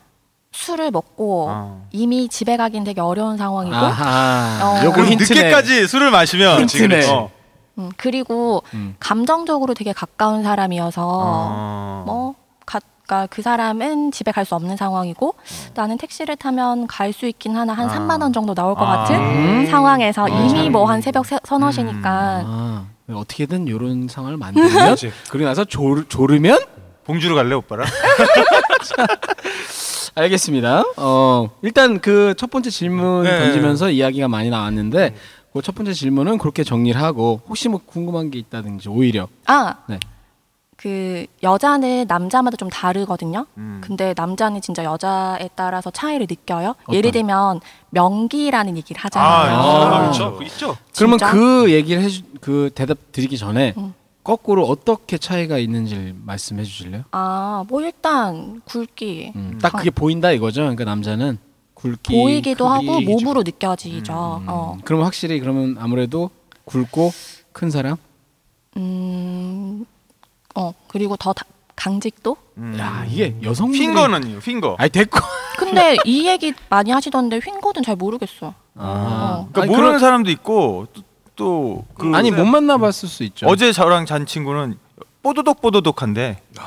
S4: 술을 먹고
S3: 아.
S4: 이미 집에 가긴 되게 어려운 상황이고
S1: 어. 아하.
S4: 어.
S1: 요거
S3: 그럼
S1: 힌트네.
S3: 늦게까지 술을 마시면 어.
S1: 힌트네.
S3: 그렇지, 그렇지.
S4: 음, 그리고
S1: 음.
S4: 감정적으로 되게 가까운 사람이어서
S3: 어.
S4: 뭐 가, 그러니까 그 사람은 집에 갈 수 없는 상황이고 나는 택시를 타면 갈 수 있긴 하나 한
S3: 아.
S4: 3만 원 정도 나올 것
S3: 아.
S4: 같은
S1: 음.
S4: 상황에서 이미
S1: 참.
S4: 뭐 한 새벽 세, 서너 시니까
S1: 아, 어떻게든 이런 상황을 만들면
S7: 그렇지.
S1: 그리고 나서 졸, 졸으면
S3: 봉주로 갈래 오빠랑?
S1: 알겠습니다. 어, 일단 그 첫 번째 질문
S7: 네.
S1: 던지면서 이야기가 많이 나왔는데 그 첫 번째 질문은 그렇게 정리를 하고 혹시 뭐 궁금한 게 있다든지 오히려
S4: 아
S1: 네.
S4: 그 여자는 남자마다 좀 다르거든요.
S3: 음.
S4: 근데 남자는 진짜 여자에 따라서 차이를 느껴요.
S1: 어떤?
S4: 예를 들면 명기라는 얘기를 하잖아요.
S1: 아,
S7: 아,
S1: 그렇죠.
S7: 그렇죠. 그 있죠.
S1: 그러면
S4: 진짜?
S1: 그 얘기를 해주, 그 대답 드리기 전에 거꾸로 어떻게 차이가 있는지를 말씀해 주실래요?
S4: 아, 뭐 일단 굵기
S1: 음, 딱 그게 보인다 이거죠. 그러니까 남자는 굵기
S4: 아. 보이기도 하고
S1: 크기 음,
S4: 몸으로 느껴지죠. 어.
S1: 그럼 확실히 그러면 아무래도 굵고 큰 사람?
S4: 음, 어 그리고 더 다- 강직도?
S1: 야 이게 여성분들이
S3: 음. 핑거는요. 어. 핑거.
S1: 아니 됐고
S4: 근데 이 얘기 많이 하시던데 휜거든 잘 모르겠어요.
S1: 아.
S3: 그러니까
S1: 아니,
S3: 모르는
S1: 그럼-
S3: 사람도 있고 또그
S1: 아니 못 만나봤을 수 있죠
S3: 어제 저랑 잔 친구는 뽀도독 뽀도독한데 벼-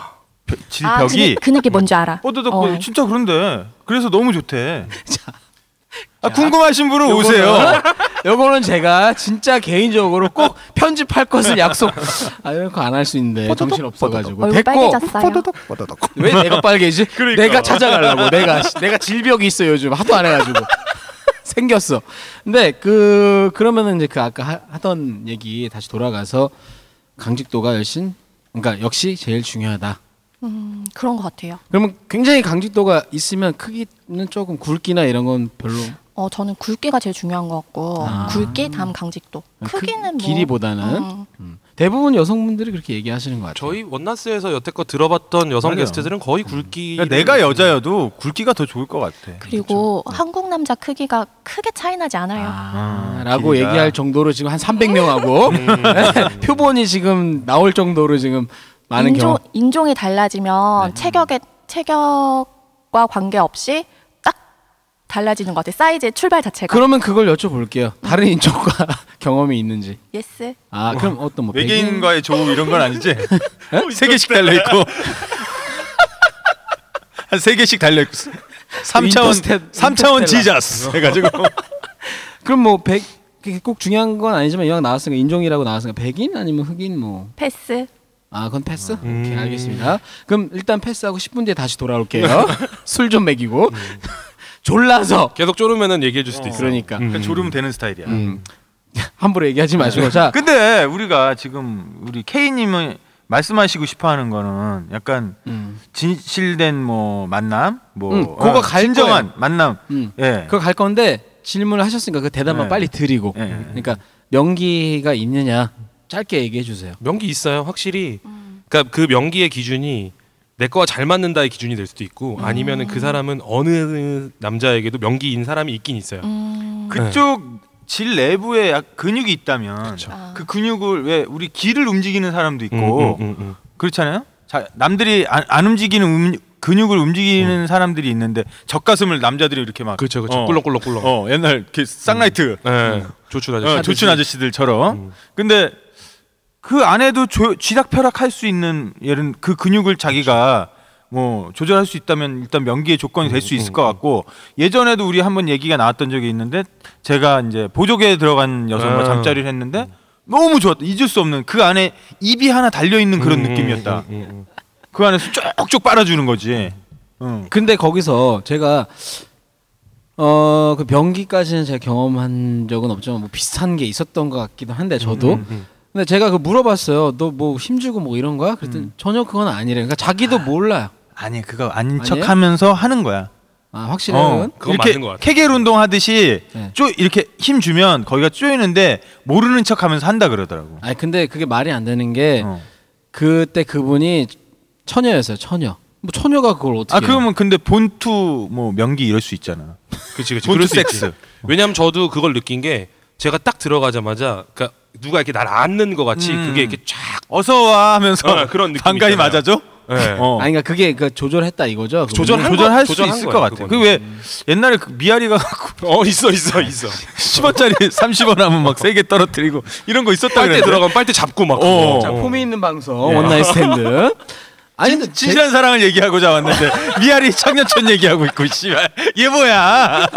S4: 아,
S3: 질벽이
S4: 그, 그 얘기 뭔지 알아.
S3: 뽀도독 뭐
S4: 어.
S1: 네,
S3: 뽀도독 진짜 그런데 그래서 너무 좋대. 아, 궁금하신 분은
S1: 어,
S3: 오세요. 그러니까
S1: 요거는 제가 진짜 개인적으로 꼭 편집할 것을 약속 아 이런 거 안 할 수 있는데 정신 없어가지고
S4: 얼굴
S1: 됐고
S4: 빨개졌어요.
S1: 왜
S3: 그러니까.
S1: 내가 빨개지? 내가 찾아가려고 내가 내가 질병이 있어 요즘 하도 안 해가지고 생겼어. 근데 그 그러면은 이제 그 아까 하, 하던 얘기 다시 돌아가서 강직도가 열심 그러니까 역시 제일 중요하다.
S4: 음, 그런 것 같아요.
S1: 그러면 굉장히 강직도가 있으면 크기는 조금 굵기나 이런 건 별로
S4: 어 저는 굵기가 제일 중요한 것 같고
S1: 아.
S4: 굵기 다음 강직도.
S1: 크-
S4: 크기는 뭐
S1: 그 길이보다는
S4: 음.
S1: 음. 대부분 여성분들이 그렇게 얘기하시는 것 같아요.
S7: 저희 원나스에서 여태껏 들어봤던 여성
S3: 맞아요.
S7: 게스트들은 거의 음. 굵기.
S3: 그러니까
S1: 뭐.
S3: 내가 여자여도 굵기가 더 좋을 것 같아.
S4: 그리고 한국 남자 크기가 크게 차이 나지 않아요.
S1: 그렇죠. 아,
S3: 아,
S1: 라고
S3: 길이가. 음.
S1: 얘기할 정도로 지금 한 300명하고 표본이 지금 나올 정도로 지금 많은 네. 경우
S4: 인종 인종이 달라지면 체격의 체격과 관계없이 딱 달라지는 것 같아요. 사이즈의 출발 자체가.
S1: 그러면 그걸 여쭤볼게요. 다른 인종과 경험이 있는지.
S4: 예스.
S1: 아 그럼 어떤 뭐 백인- 예?
S3: 외계인과의 조우 이런 건 아니지? 세 개씩 달려 있고 한 세 개씩 달려 있고 3차원
S1: 인터스텔-
S3: 3차원
S1: 인터스텔라.
S3: 지자스 해가지고
S1: 그럼 뭐 뭐백꼭 중요한 건 아니지만 이왕 나왔으니까 인종이라고 나왔으니까 백인 아니면 흑인 뭐.
S4: 패스.
S1: 아, 그건 패스?
S3: 음.
S1: 오케이, 알겠습니다. 그럼 일단 패스하고 10분 뒤에 다시 돌아올게요. 술 좀 먹이고.
S3: 음.
S1: 졸라서.
S3: 어.
S7: 계속 쪼르면은 얘기해 줄 수도 있어.
S1: 그러니까.
S3: 그러니까 졸으면 되는 스타일이야.
S1: 음. 함부로 얘기하지
S3: 네.
S1: 마시고. 자,
S3: 근데 우리가 지금 우리 K님은 말씀하시고 싶어하는 거는 약간
S1: 음.
S3: 진실된 뭐 만남, 뭐
S1: 응, 그거 갈
S3: 진정한 만남,
S1: 음.
S3: 예,
S1: 그거 갈 건데 질문을 하셨으니까 그 대답만
S3: 네.
S1: 빨리 드리고.
S3: 네.
S1: 그러니까 명기가 있느냐 짧게 얘기해 주세요.
S7: 명기 있어요. 확실히. 그러니까 그 명기의 기준이 내 거와 잘 맞는다의 기준이 될 수도 있고 아니면은 그 사람은 어느 남자에게도 명기인 사람이 있긴 있어요.
S3: 그쪽 질 내부에 약 근육이 있다면
S7: 그렇죠.
S4: 아.
S3: 그 근육을 왜 우리 기를 움직이는 사람도
S7: 음,
S3: 있고
S7: 음, 음, 음.
S3: 그렇잖아요. 자, 남들이 안, 안 움직이는 음, 근육을 움직이는 사람들이 있는데 젖가슴을 남자들이 이렇게 막
S7: 음. 그렇죠, 그렇죠.
S3: 어,
S7: 꿀렁꿀렁꿀렁.
S3: 어, 옛날 이렇게 쌍라이트
S7: 예. 조춘 아저씨. 음.
S3: 어, 조춘 아저씨들처럼. 근데 그 안에도 조, 쥐락펴락 할 수 있는 예를 그 근육을 자기가 뭐 조절할 수 있다면 일단 명기의 조건이 될 수
S7: 음,
S3: 있을 것 같고 예전에도 우리 한번 얘기가 나왔던 적이 있는데 제가 이제 보조개에 들어간 여성과 뭐
S7: 아.
S3: 잠자리를 했는데 너무 좋았다 잊을 수 없는 그 안에 입이 하나 달려 있는 그런
S7: 음,
S3: 느낌이었다 그 안에서 쭉쭉 빨아주는 거지 응.
S1: 근데 거기서 제가 어그 병기까지는 제가 경험한 적은 없지만 뭐 비슷한 게 있었던 것 같기도 한데 저도
S3: 음,
S1: 근데 제가 그 물어봤어요 너 뭐 힘주고 뭐 이런 거야 그랬더니
S3: 음.
S1: 전혀 그건 아니래 그러니까 자기도 몰라요
S3: 아니 그거 아닌
S1: 아니에요?
S3: 척하면서 하는 거야
S1: 아 확실히 어.
S7: 그건
S3: 이렇게
S7: 맞는 것 같아.
S3: 케겔 운동 하듯이
S1: 네.
S3: 쪼 이렇게 힘 주면 거기가 쪼이는데 모르는 척하면서 한다 그러더라고.
S1: 아니 근데 그게 말이 안 되는 게
S3: 어.
S1: 그때 그분이 처녀였어요 처녀 뭐 처녀가 그걸 어떻게
S3: 아
S1: 해요?
S3: 그러면 근데 본투 뭐 명기 이럴 수 있잖아.
S7: 그치 그치.
S3: 본투
S7: 그럴 수 있지.
S3: 섹스.
S7: 왜냐면 저도 그걸 느낀 게 제가 딱 들어가자마자 그러니까 누가 이렇게 날 안는 것 같이
S3: 음.
S7: 그게 이렇게 쫙
S3: 어서와 하면서
S7: 어, 그런 느낌
S3: 반가이
S7: 있잖아요.
S3: 맞아줘.
S7: 예.
S3: 어.
S1: 아니 그러니까 그게 그 조절했다 이거죠 그분이?
S7: 조절한 거-
S3: 조절할 수
S7: 조절한
S3: 있을
S7: 거야,
S3: 것 같아.
S7: 그거는.
S3: 그 왜 옛날에 그 미아리가
S7: 어 있어 있어 있어.
S3: 10원짜리 30원 하면 막 세 개 떨어뜨리고 이런 거 있었다
S7: 빨대
S3: 그래.
S7: 들어가면 빨대 잡고 막.
S3: 어.
S1: 자,
S7: 그거.
S1: 폼이 있는 방송 네. 원나잇 스탠드 아니 근데 제-
S3: 진실한 사랑을 얘기하고자 왔는데 미아리 청년촌 얘기하고 있고 씨발 얘 뭐야?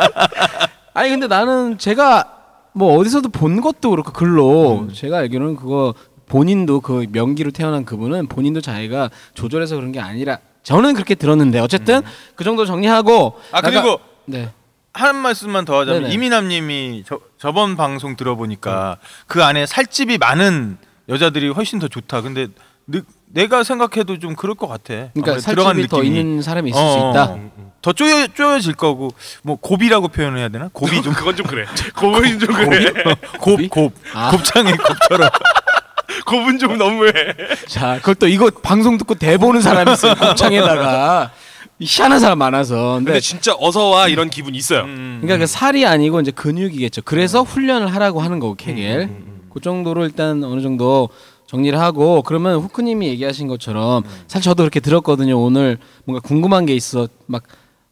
S1: 아니 근데 나는 제가 뭐 어디서도 본 것도 그렇고 글로
S3: 음.
S1: 제가 알기로는 그거 본인도 그 명기로 태어난 그분은 본인도 자기가 조절해서 그런 게 아니라 저는 그렇게 들었는데 어쨌든 그 정도 정리하고
S3: 음. 아
S1: 나가-
S3: 그리고
S1: 네
S3: 한 말씀만 더 하자면
S1: 네네. 네.
S3: 이민남님이 저, 저번 방송 들어보니까 그 안에 살집이 많은 여자들이 훨씬 더 좋다. 근데 느, 내가 생각해도 좀 그럴 것 같아.
S1: 그러니까
S3: 아무래도 들어간
S1: 살집이 더
S3: 느낌이.
S1: 있는 사람이 있을 수
S3: 어,
S1: 있다
S3: 어. 더 쪼여 쪼여질 거고 뭐 고비라고 표현을 해야 되나? 고비 좀
S7: 그건 좀 그래. 그건 좀
S3: 고비? 어,
S1: 고비?
S3: 곱, 곱.
S1: 아.
S3: 곱창의 곱처럼.
S7: 그분 좀 너무해.
S1: 자 그걸 또 이거 방송 듣고 대보는 사람이 있어요 곱창에다가 희한한 사람 많아서 근데,
S7: 근데 진짜 어서와 이런 기분 있어요.
S3: 음,
S1: 그러니까 그 살이 아니고 이제 근육이겠죠. 그래서 훈련을 하라고 하는 거고
S7: 음,
S1: 케겔.
S3: 음,
S1: 그 정도로 일단 어느 정도 정리를 하고 그러면 후크님이 얘기하신 것처럼
S3: 음.
S1: 사실 저도 그렇게 들었거든요. 오늘 뭔가 궁금한 게 있어 막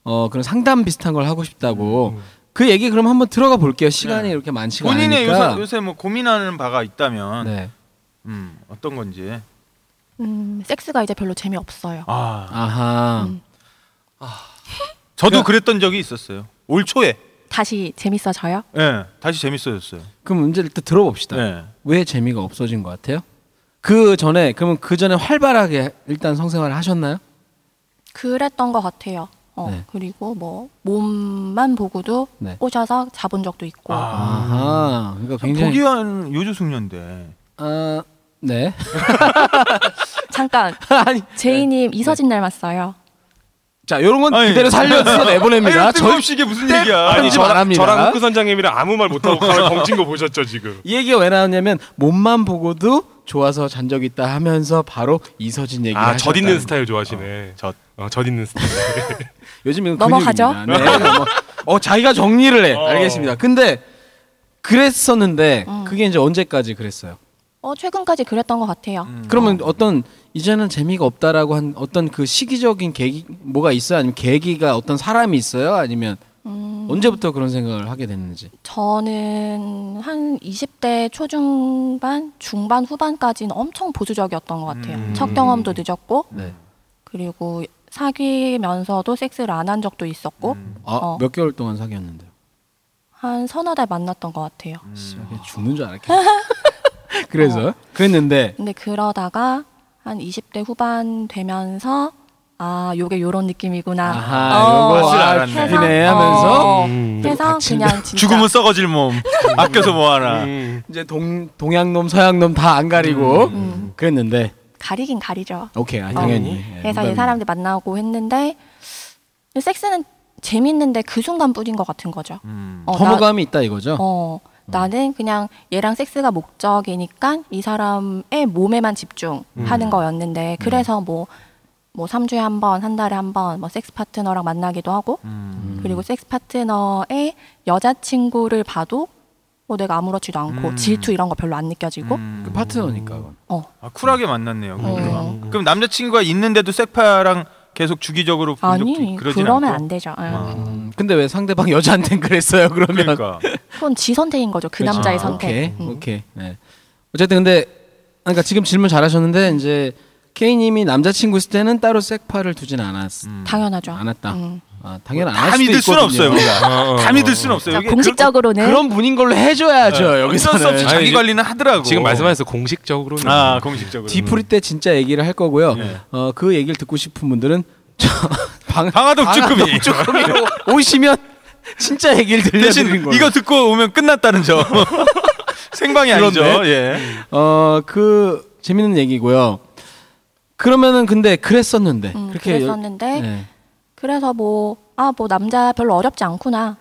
S1: 어 그런 상담 비슷한 걸 하고 싶다고. 그 얘기 그럼 한번 들어가 볼게요. 시간이 이렇게 많지가
S3: 음. 네. 본인의
S1: 않으니까.
S3: 요새, 요새 뭐 고민하는 바가 있다면
S1: 네.
S3: 음, 어떤 건지.
S4: 음, 섹스가 이제 별로 재미없어요.
S3: 아,
S1: 아하. 그러니까
S3: 저도 그랬던 적이 있었어요. 올 초에.
S4: 다시 재밌어져요?
S3: 예. 다시 재밌어졌어요.
S1: 그럼 문제 일단 들어봅시다.
S3: 네.
S1: 왜 재미가 없어진 것 같아요? 그 전에 그러면 그 전에 활발하게 일단 성생활을
S3: 음.
S1: 하셨나요?
S4: 그랬던 것 같아요. 어,
S1: 네.
S4: 그리고 뭐 몸만 보고도
S1: 네. 아.
S4: 꼬셔서 잡은 적도 있고.
S1: 아하. 그러니까 굉장히
S3: 포기한 요조숙녀인데
S1: 아, 네.
S4: 잠깐
S1: 아니,
S4: 제이님 이서진 닮았어요.
S1: 자, 요런 건
S3: 아니.
S1: 그대로 살려서 내보냅니다. 저,
S3: 뜬금없이 이게 무슨 얘기야
S1: 아니,
S7: 저랑-
S1: 말합니다.
S7: 저랑 후크 선장님이랑 아무 말 못하고 가만히 덩친 거 보셨죠 지금?
S1: 이 얘기가 왜 나왔냐면 몸만 보고도 좋아서 잔 적 있다 하면서 바로 이서진 얘기를
S7: 아,
S1: 하셨다.
S7: 젖 있는 스타일 좋아하시네.
S3: 젖.
S7: 어, 젖 있는 스타일.
S1: 요즘 이거
S4: 넘어가죠.
S1: 근육입니다. 네. 넘어. 어, 자기가 정리를 해. 알겠습니다. 근데 그랬었는데
S4: 음.
S1: 그게 이제 언제까지 그랬어요?
S4: 어, 최근까지 그랬던 것 같아요.
S7: 음.
S3: 음.
S1: 그러면 어떤 이제는 재미가 없다라고 한 어떤 그 시기적인 계기 뭐가 있어요? 아니면 계기가 어떤 사람이 있어요? 아니면
S4: 음.
S1: 언제부터 그런 생각을 하게 됐는지.
S4: 저는 한 20대 초중반, 중반, 후반까지는 엄청 보수적이었던 것 같아요.
S3: 음.
S4: 첫 경험도 늦었고,
S1: 네.
S4: 그리고 사귀면서도 섹스를 안 한 적도 있었고,
S1: 아,
S4: 어.
S1: 몇 개월 동안 사귀었는데요.
S7: 음.
S4: 한 서너 달 만났던 것 같아요.
S1: 이게 죽는 줄 알았겠어.
S4: 어.
S1: 그래서 그랬는데
S4: 근데 그러다가 한 20대 후반 되면서, 아, 요게 요런 느낌이구나.
S1: 아하, 요거
S3: 맛을
S1: 아,
S3: 알았네.
S1: 피네 하면서 음.
S4: 어, 해서 그냥 진짜.
S3: 죽음은 썩어질 몸 아껴서 뭐하나
S1: 음.
S7: 음.
S1: 이제 동 동양놈 서양놈 다 안 가리고
S4: 음.
S1: 그랬는데
S4: 가리긴 가리죠.
S1: 오케이 아, 당연히. 예,
S4: 그래서 이
S1: 농담이고.
S4: 어, 사람들 만나고 했는데 섹스는 재밌는데 그 순간뿐인 것 같은 거죠.
S3: 음.
S4: 어, 나,
S1: 허무감이 있다 이거죠.
S4: 어, 나는 그냥 얘랑 섹스가 목적이니까 이 사람의 몸에만 집중하는 거였는데 그래서 뭐, 뭐 3주에 한 번, 한 달에 한 번 뭐 섹스 파트너랑 만나기도 하고
S3: 음.
S1: 음.
S4: 그리고 섹스 파트너의 여자친구를 봐도 뭐 내가 아무렇지도 않고
S3: 음.
S4: 질투 이런 거 별로 안 느껴지고
S1: 그 파트너니까. 그건.
S3: 아, 쿨하게 만났네요.
S4: 어.
S3: 그럼 남자친구가 있는데도 섹파랑 계속 주기적으로 본 적도
S4: 아니
S3: 있- 그러진
S4: 그러면
S3: 않고?
S4: 안 되죠. 예. 응.
S3: 아,
S1: 음, 근데 왜 상대방 여자한텐 그랬어요? 그러면
S3: 그러니까
S4: 그건 지 선택인 거죠. 그
S1: 그렇죠.
S4: 남자의
S1: 아,
S4: 선택.
S1: 오케이,
S4: 음.
S1: 오케이. 네. 어쨌든 근데 그러니까 지금 질문 잘하셨는데 이제 K님이 남자친구 있을 때는 따로 섹파를 두진 않았
S3: 음. 뭐
S4: 당연하죠.
S1: 않았다.
S4: 음.
S1: 아, 당연히 안 할
S3: 다
S1: 수도
S3: 믿을 수는
S1: 있거든요.
S3: 없어요. 우리가.
S7: 어,
S3: 다
S7: 어,
S3: 믿을
S7: 어.
S3: 수는 없어요.
S4: 자,
S3: 이게
S4: 공식적으로는
S1: 그런 분인 걸로 해줘야죠.
S3: 그- 어쩔 수
S1: 여기서는
S3: 없이
S7: 아니,
S3: 자기
S7: 이제-
S3: 관리는 하더라고.
S7: 지금 말씀하셨어 공식적으로는
S3: 아 공식적으로.
S1: 디프리 때 진짜 얘기를 할 거고요.
S3: 예.
S1: 어, 그 얘기를 듣고 싶은 분들은 저 방,
S3: 방화독 쭈꾸미.
S1: 방아독 쭈꾸미로 오시면 진짜 얘기를
S3: 대신
S1: 들려드리는 거예요.
S3: 이거 듣고 오면 끝났다는 점. 생방이 아니죠.
S1: 그렇네.
S3: 예.
S1: 어, 어그 재밌는 얘기고요. 그러면은 근데 그랬었는데
S4: 음,
S1: 그렇게 여-
S4: 그랬었는데
S1: 네.
S4: 그래서 뭐 아 뭐 남자 별로 어렵지 않구나.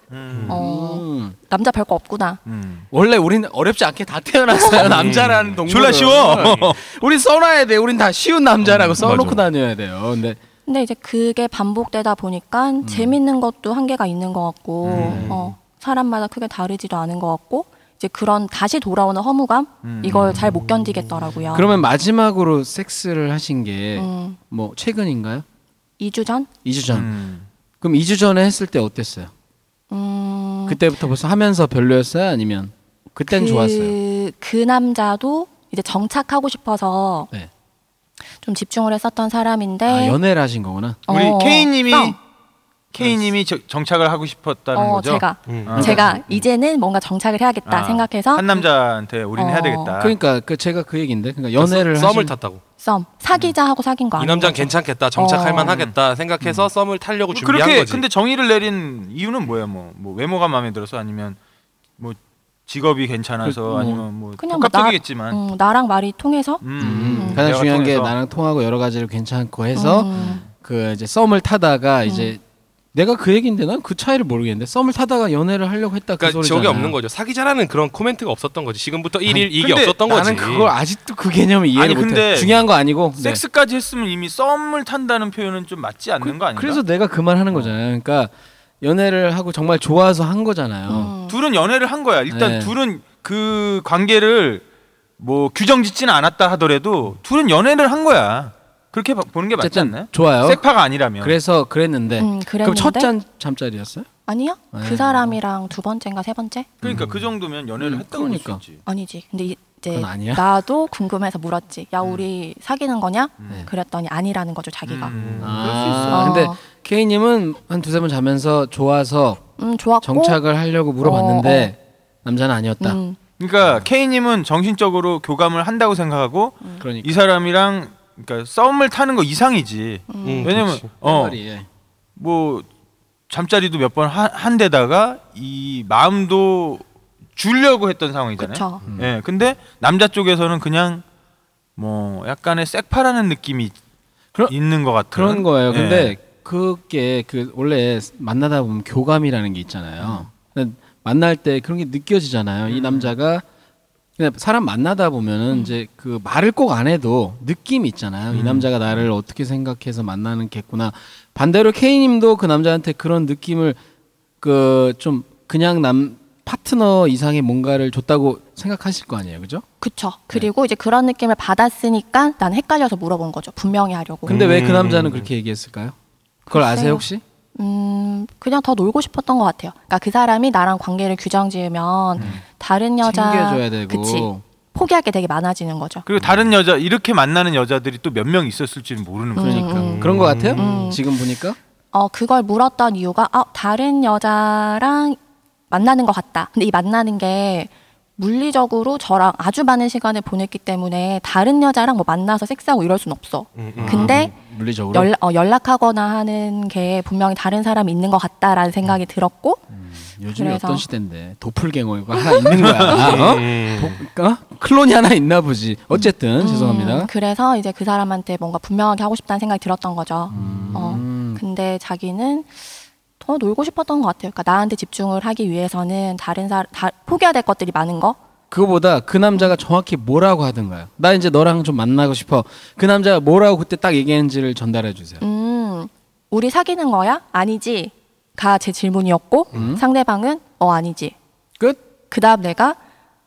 S4: 어
S1: 음.
S4: 남자 별거 없구나.
S3: 음.
S1: 원래 우린 어렵지 않게 다 태어났어요 남자라는 동물
S3: 졸라 쉬워. 음,
S1: 우리 써놔야 돼 우린 다 쉬운 남자라고 써놓고 다녀야 돼요 근데
S4: 근데 이제 그게 반복되다 보니까
S1: 음.
S4: 재밌는 것도 한계가 있는 것 같고 어, 사람마다 크게 다르지도 않은 것 같고 이제 그런 다시 돌아오는 허무감 이걸 잘 못 견디겠더라고요.
S1: 음. 그러면 마지막으로 섹스를 하신 게 뭐
S4: 음,
S1: 최근인가요?
S4: 2주 전?
S1: 2주 전
S3: 음.
S1: 그럼 2주 전에 했을 때 어땠어요?
S4: 음,
S1: 그때부터 벌써 하면서 별로였어요? 아니면 그땐 좋았어요?
S4: 그 남자도 이제 정착하고 싶어서
S1: 네.
S4: 좀 집중을 했었던 사람인데
S1: 아 연애를 하신 거구나
S4: 어,
S3: 우리 K님이
S4: 썸.
S3: K님이 저- 정착을 하고 싶었다는
S4: 어,
S3: 거죠.
S4: 제가
S7: 음.
S3: 아.
S4: 제가 이제는 뭔가 정착을 해야겠다
S3: 아,
S4: 생각해서
S3: 한 남자한테 우리는 해야
S4: 어.
S3: 되겠다.
S1: 그러니까 그 제가 그 얘긴데 그러니까 연애를
S7: 썸, 을
S1: 하신-
S7: 탔다고
S4: 썸
S1: 음.
S4: 사귀자 하고 사귄 거
S7: 이
S4: 아니에요?
S7: 남자는 괜찮겠다 정착할
S4: 어.
S7: 만하겠다 생각해서 썸을
S1: 뭐
S7: 타려고 준비한
S3: 뭐 그렇게
S7: 거지
S3: 근데 정의를 내린 이유는 뭐예요? 뭐, 뭐 외모가 마음에 들어서 아니면 뭐 직업이 괜찮아서
S1: 그, 뭐,
S3: 아니면 뭐
S4: 그냥 뭐 나-
S3: 복합적이겠지만
S4: 음, 나랑 말이 통해서
S3: 음,
S1: 음,
S3: 음.
S1: 가장
S3: 내가
S1: 중요한 게
S3: 통해서.
S1: 나랑 통하고 여러 가지로 괜찮고 해서
S4: 음,
S1: 그 이제 썸을 타다가 이제 내가 그 얘긴데 난 그 차이를 모르겠는데 썸을 타다가 연애를 하려고 했다 그
S7: 그러니까
S1: 소리잖아요.
S7: 저게 없는 거죠 사귀자라는 그런 코멘트가 없었던 거지 지금부터 일일 이게
S3: 근데
S7: 없었던 거지
S1: 나는 그걸 아직도 그 개념을
S3: 아니,
S1: 이해를
S3: 근데
S1: 못해. 중요한 거 아니고 네.
S3: 섹스까지 했으면 이미 썸을 탄다는 표현은 좀 맞지 않는 거 아닌가?
S1: 그래서 내가 그 말 하는 거잖아요. 그러니까 연애를 하고 정말 좋아서 한 거잖아요.
S4: 음.
S3: 둘은 연애를 한 거야. 일단
S1: 네.
S3: 둘은 그 관계를 뭐 규정 짓지는 않았다 하더라도 둘은 연애를 한 거야. 그렇게 봐- 보는 게 맞지
S1: 어쨌든
S3: 않나요?
S1: 좋아요.
S3: 섹파가 아니라면.
S1: 그래서 그랬는데
S4: 음,
S1: 네. 그럼
S4: 그랬는데
S1: 첫 잔 잠자리였어요?
S4: 아니요
S1: 네.
S4: 그 사람이랑 두 번째인가 세 번째
S3: 그러니까 그 정도면 연애를
S1: 음,
S3: 했다고 볼수
S1: 그러니까.
S3: 있지.
S4: 아니지 근데 이- 이제
S1: 그건 아니야? 음.
S4: 나도 궁금해서 물었지 야 우리 사귀는 거냐
S1: 네.
S4: 그랬더니 아니라는 거죠 자기가 음,
S3: 음.
S1: 아,
S4: 있어.
S1: 근데
S4: 어.
S1: K님은 한두세 번 자면서 좋아서
S4: 음, 좋았고
S1: 정착을 하려고 물어봤는데 남자는 아니었다.
S4: 음,
S3: 그러니까 K님은 정신적으로 교감을 한다고 생각하고
S1: 그러니까
S3: 이 사람이랑 그러니까 썸을 타는 거 이상이지.
S7: 음,
S3: 왜냐면
S7: 그렇지.
S3: 어,
S1: 생활이, 예.
S3: 뭐 잠자리도 몇 번 한 데다가 이 마음도 주려고 했던 상황이잖아요.
S4: 그쵸.
S3: 예. 근데 남자 쪽에서는 그냥 뭐 약간의 섹파라는 느낌이
S1: 그런-
S3: 있는 것 같아요.
S1: 그런 거예요.
S3: 예.
S1: 근데 그게 그 원래 만나다 보면 교감이라는 게 있잖아요. 근데 만날 때 그런 게 느껴지잖아요. 이 남자가 그냥 사람 만나다 보면은 이제 그 말을 꼭 안 해도 느낌이 있잖아요. 이 남자가 나를 어떻게 생각해서 만나는겠구나. 반대로 K님도 그 남자한테 그런 느낌을 그 좀 그냥 남 파트너 이상의 뭔가를 줬다고 생각하실 거 아니에요, 그죠?
S4: 그쵸 그리고 이제 그런 느낌을 받았으니까 난 헷갈려서 물어본 거죠 분명히 하려고
S1: 근데 왜 그
S7: 음.
S1: 남자는 그렇게 얘기했을까요? 그걸 아세요
S4: 글쎄요.
S1: 혹시?
S4: 음, 그냥 더 놀고 싶었던 것 같아요. 그러니까 그 사람이 나랑 관계를 규정지으면 다른 여자
S1: 음. 챙겨줘야 되고.
S4: 그치 포기할 게 되게 많아지는 거죠.
S3: 그리고 다른 여자 이렇게 만나는 여자들이 또 몇 명 있었을지는 모르는 거니까.
S1: 그러니까 그런 것 같아요.
S4: 음.
S1: 지금 보니까
S4: 어, 그걸 물었던 이유가 아, 다른 여자랑 만나는 것 같다. 근데 이 만나는 게 물리적으로 저랑 아주 많은 시간을 보냈기 때문에 다른 여자랑 뭐 만나서 섹스하고 이럴 순 없어.
S7: 음,
S4: 근데
S1: 아, 물리적으로
S4: 연, 어, 연락하거나 하는 게 분명히 다른 사람이 있는 것 같다라는
S1: 음.
S4: 생각이 들었고
S1: 요즘에
S4: 그래서- 네.
S1: 어떤 시대인데 도플갱어가 하나 있는 거야. 어?
S7: 음.
S1: 도, 어? 클론이 하나 있나 보지. 어쨌든
S4: 음,
S1: 죄송합니다.
S4: 그래서 이제 그 사람한테 뭔가 분명하게 하고 싶다는 생각이 들었던 거죠.
S1: 음.
S4: 어, 근데 자기는 더 놀고 싶었던 것 같아요. 그러니까 나한테 집중을 하기 위해서는 다른 사, 다, 포기해야 될 것들이 많은 거.
S1: 그거보다 그 남자가 정확히 뭐라고 하던가요? 나 이제 너랑 좀 만나고 싶어. 그 남자가 뭐라고 그때 딱 얘기했는지를 전달해 주세요.
S4: 음, 우리 사귀는 거야? 아니지. 가 제 질문이었고 상대방은 어 아니지.
S1: 끝.
S4: 그다음 내가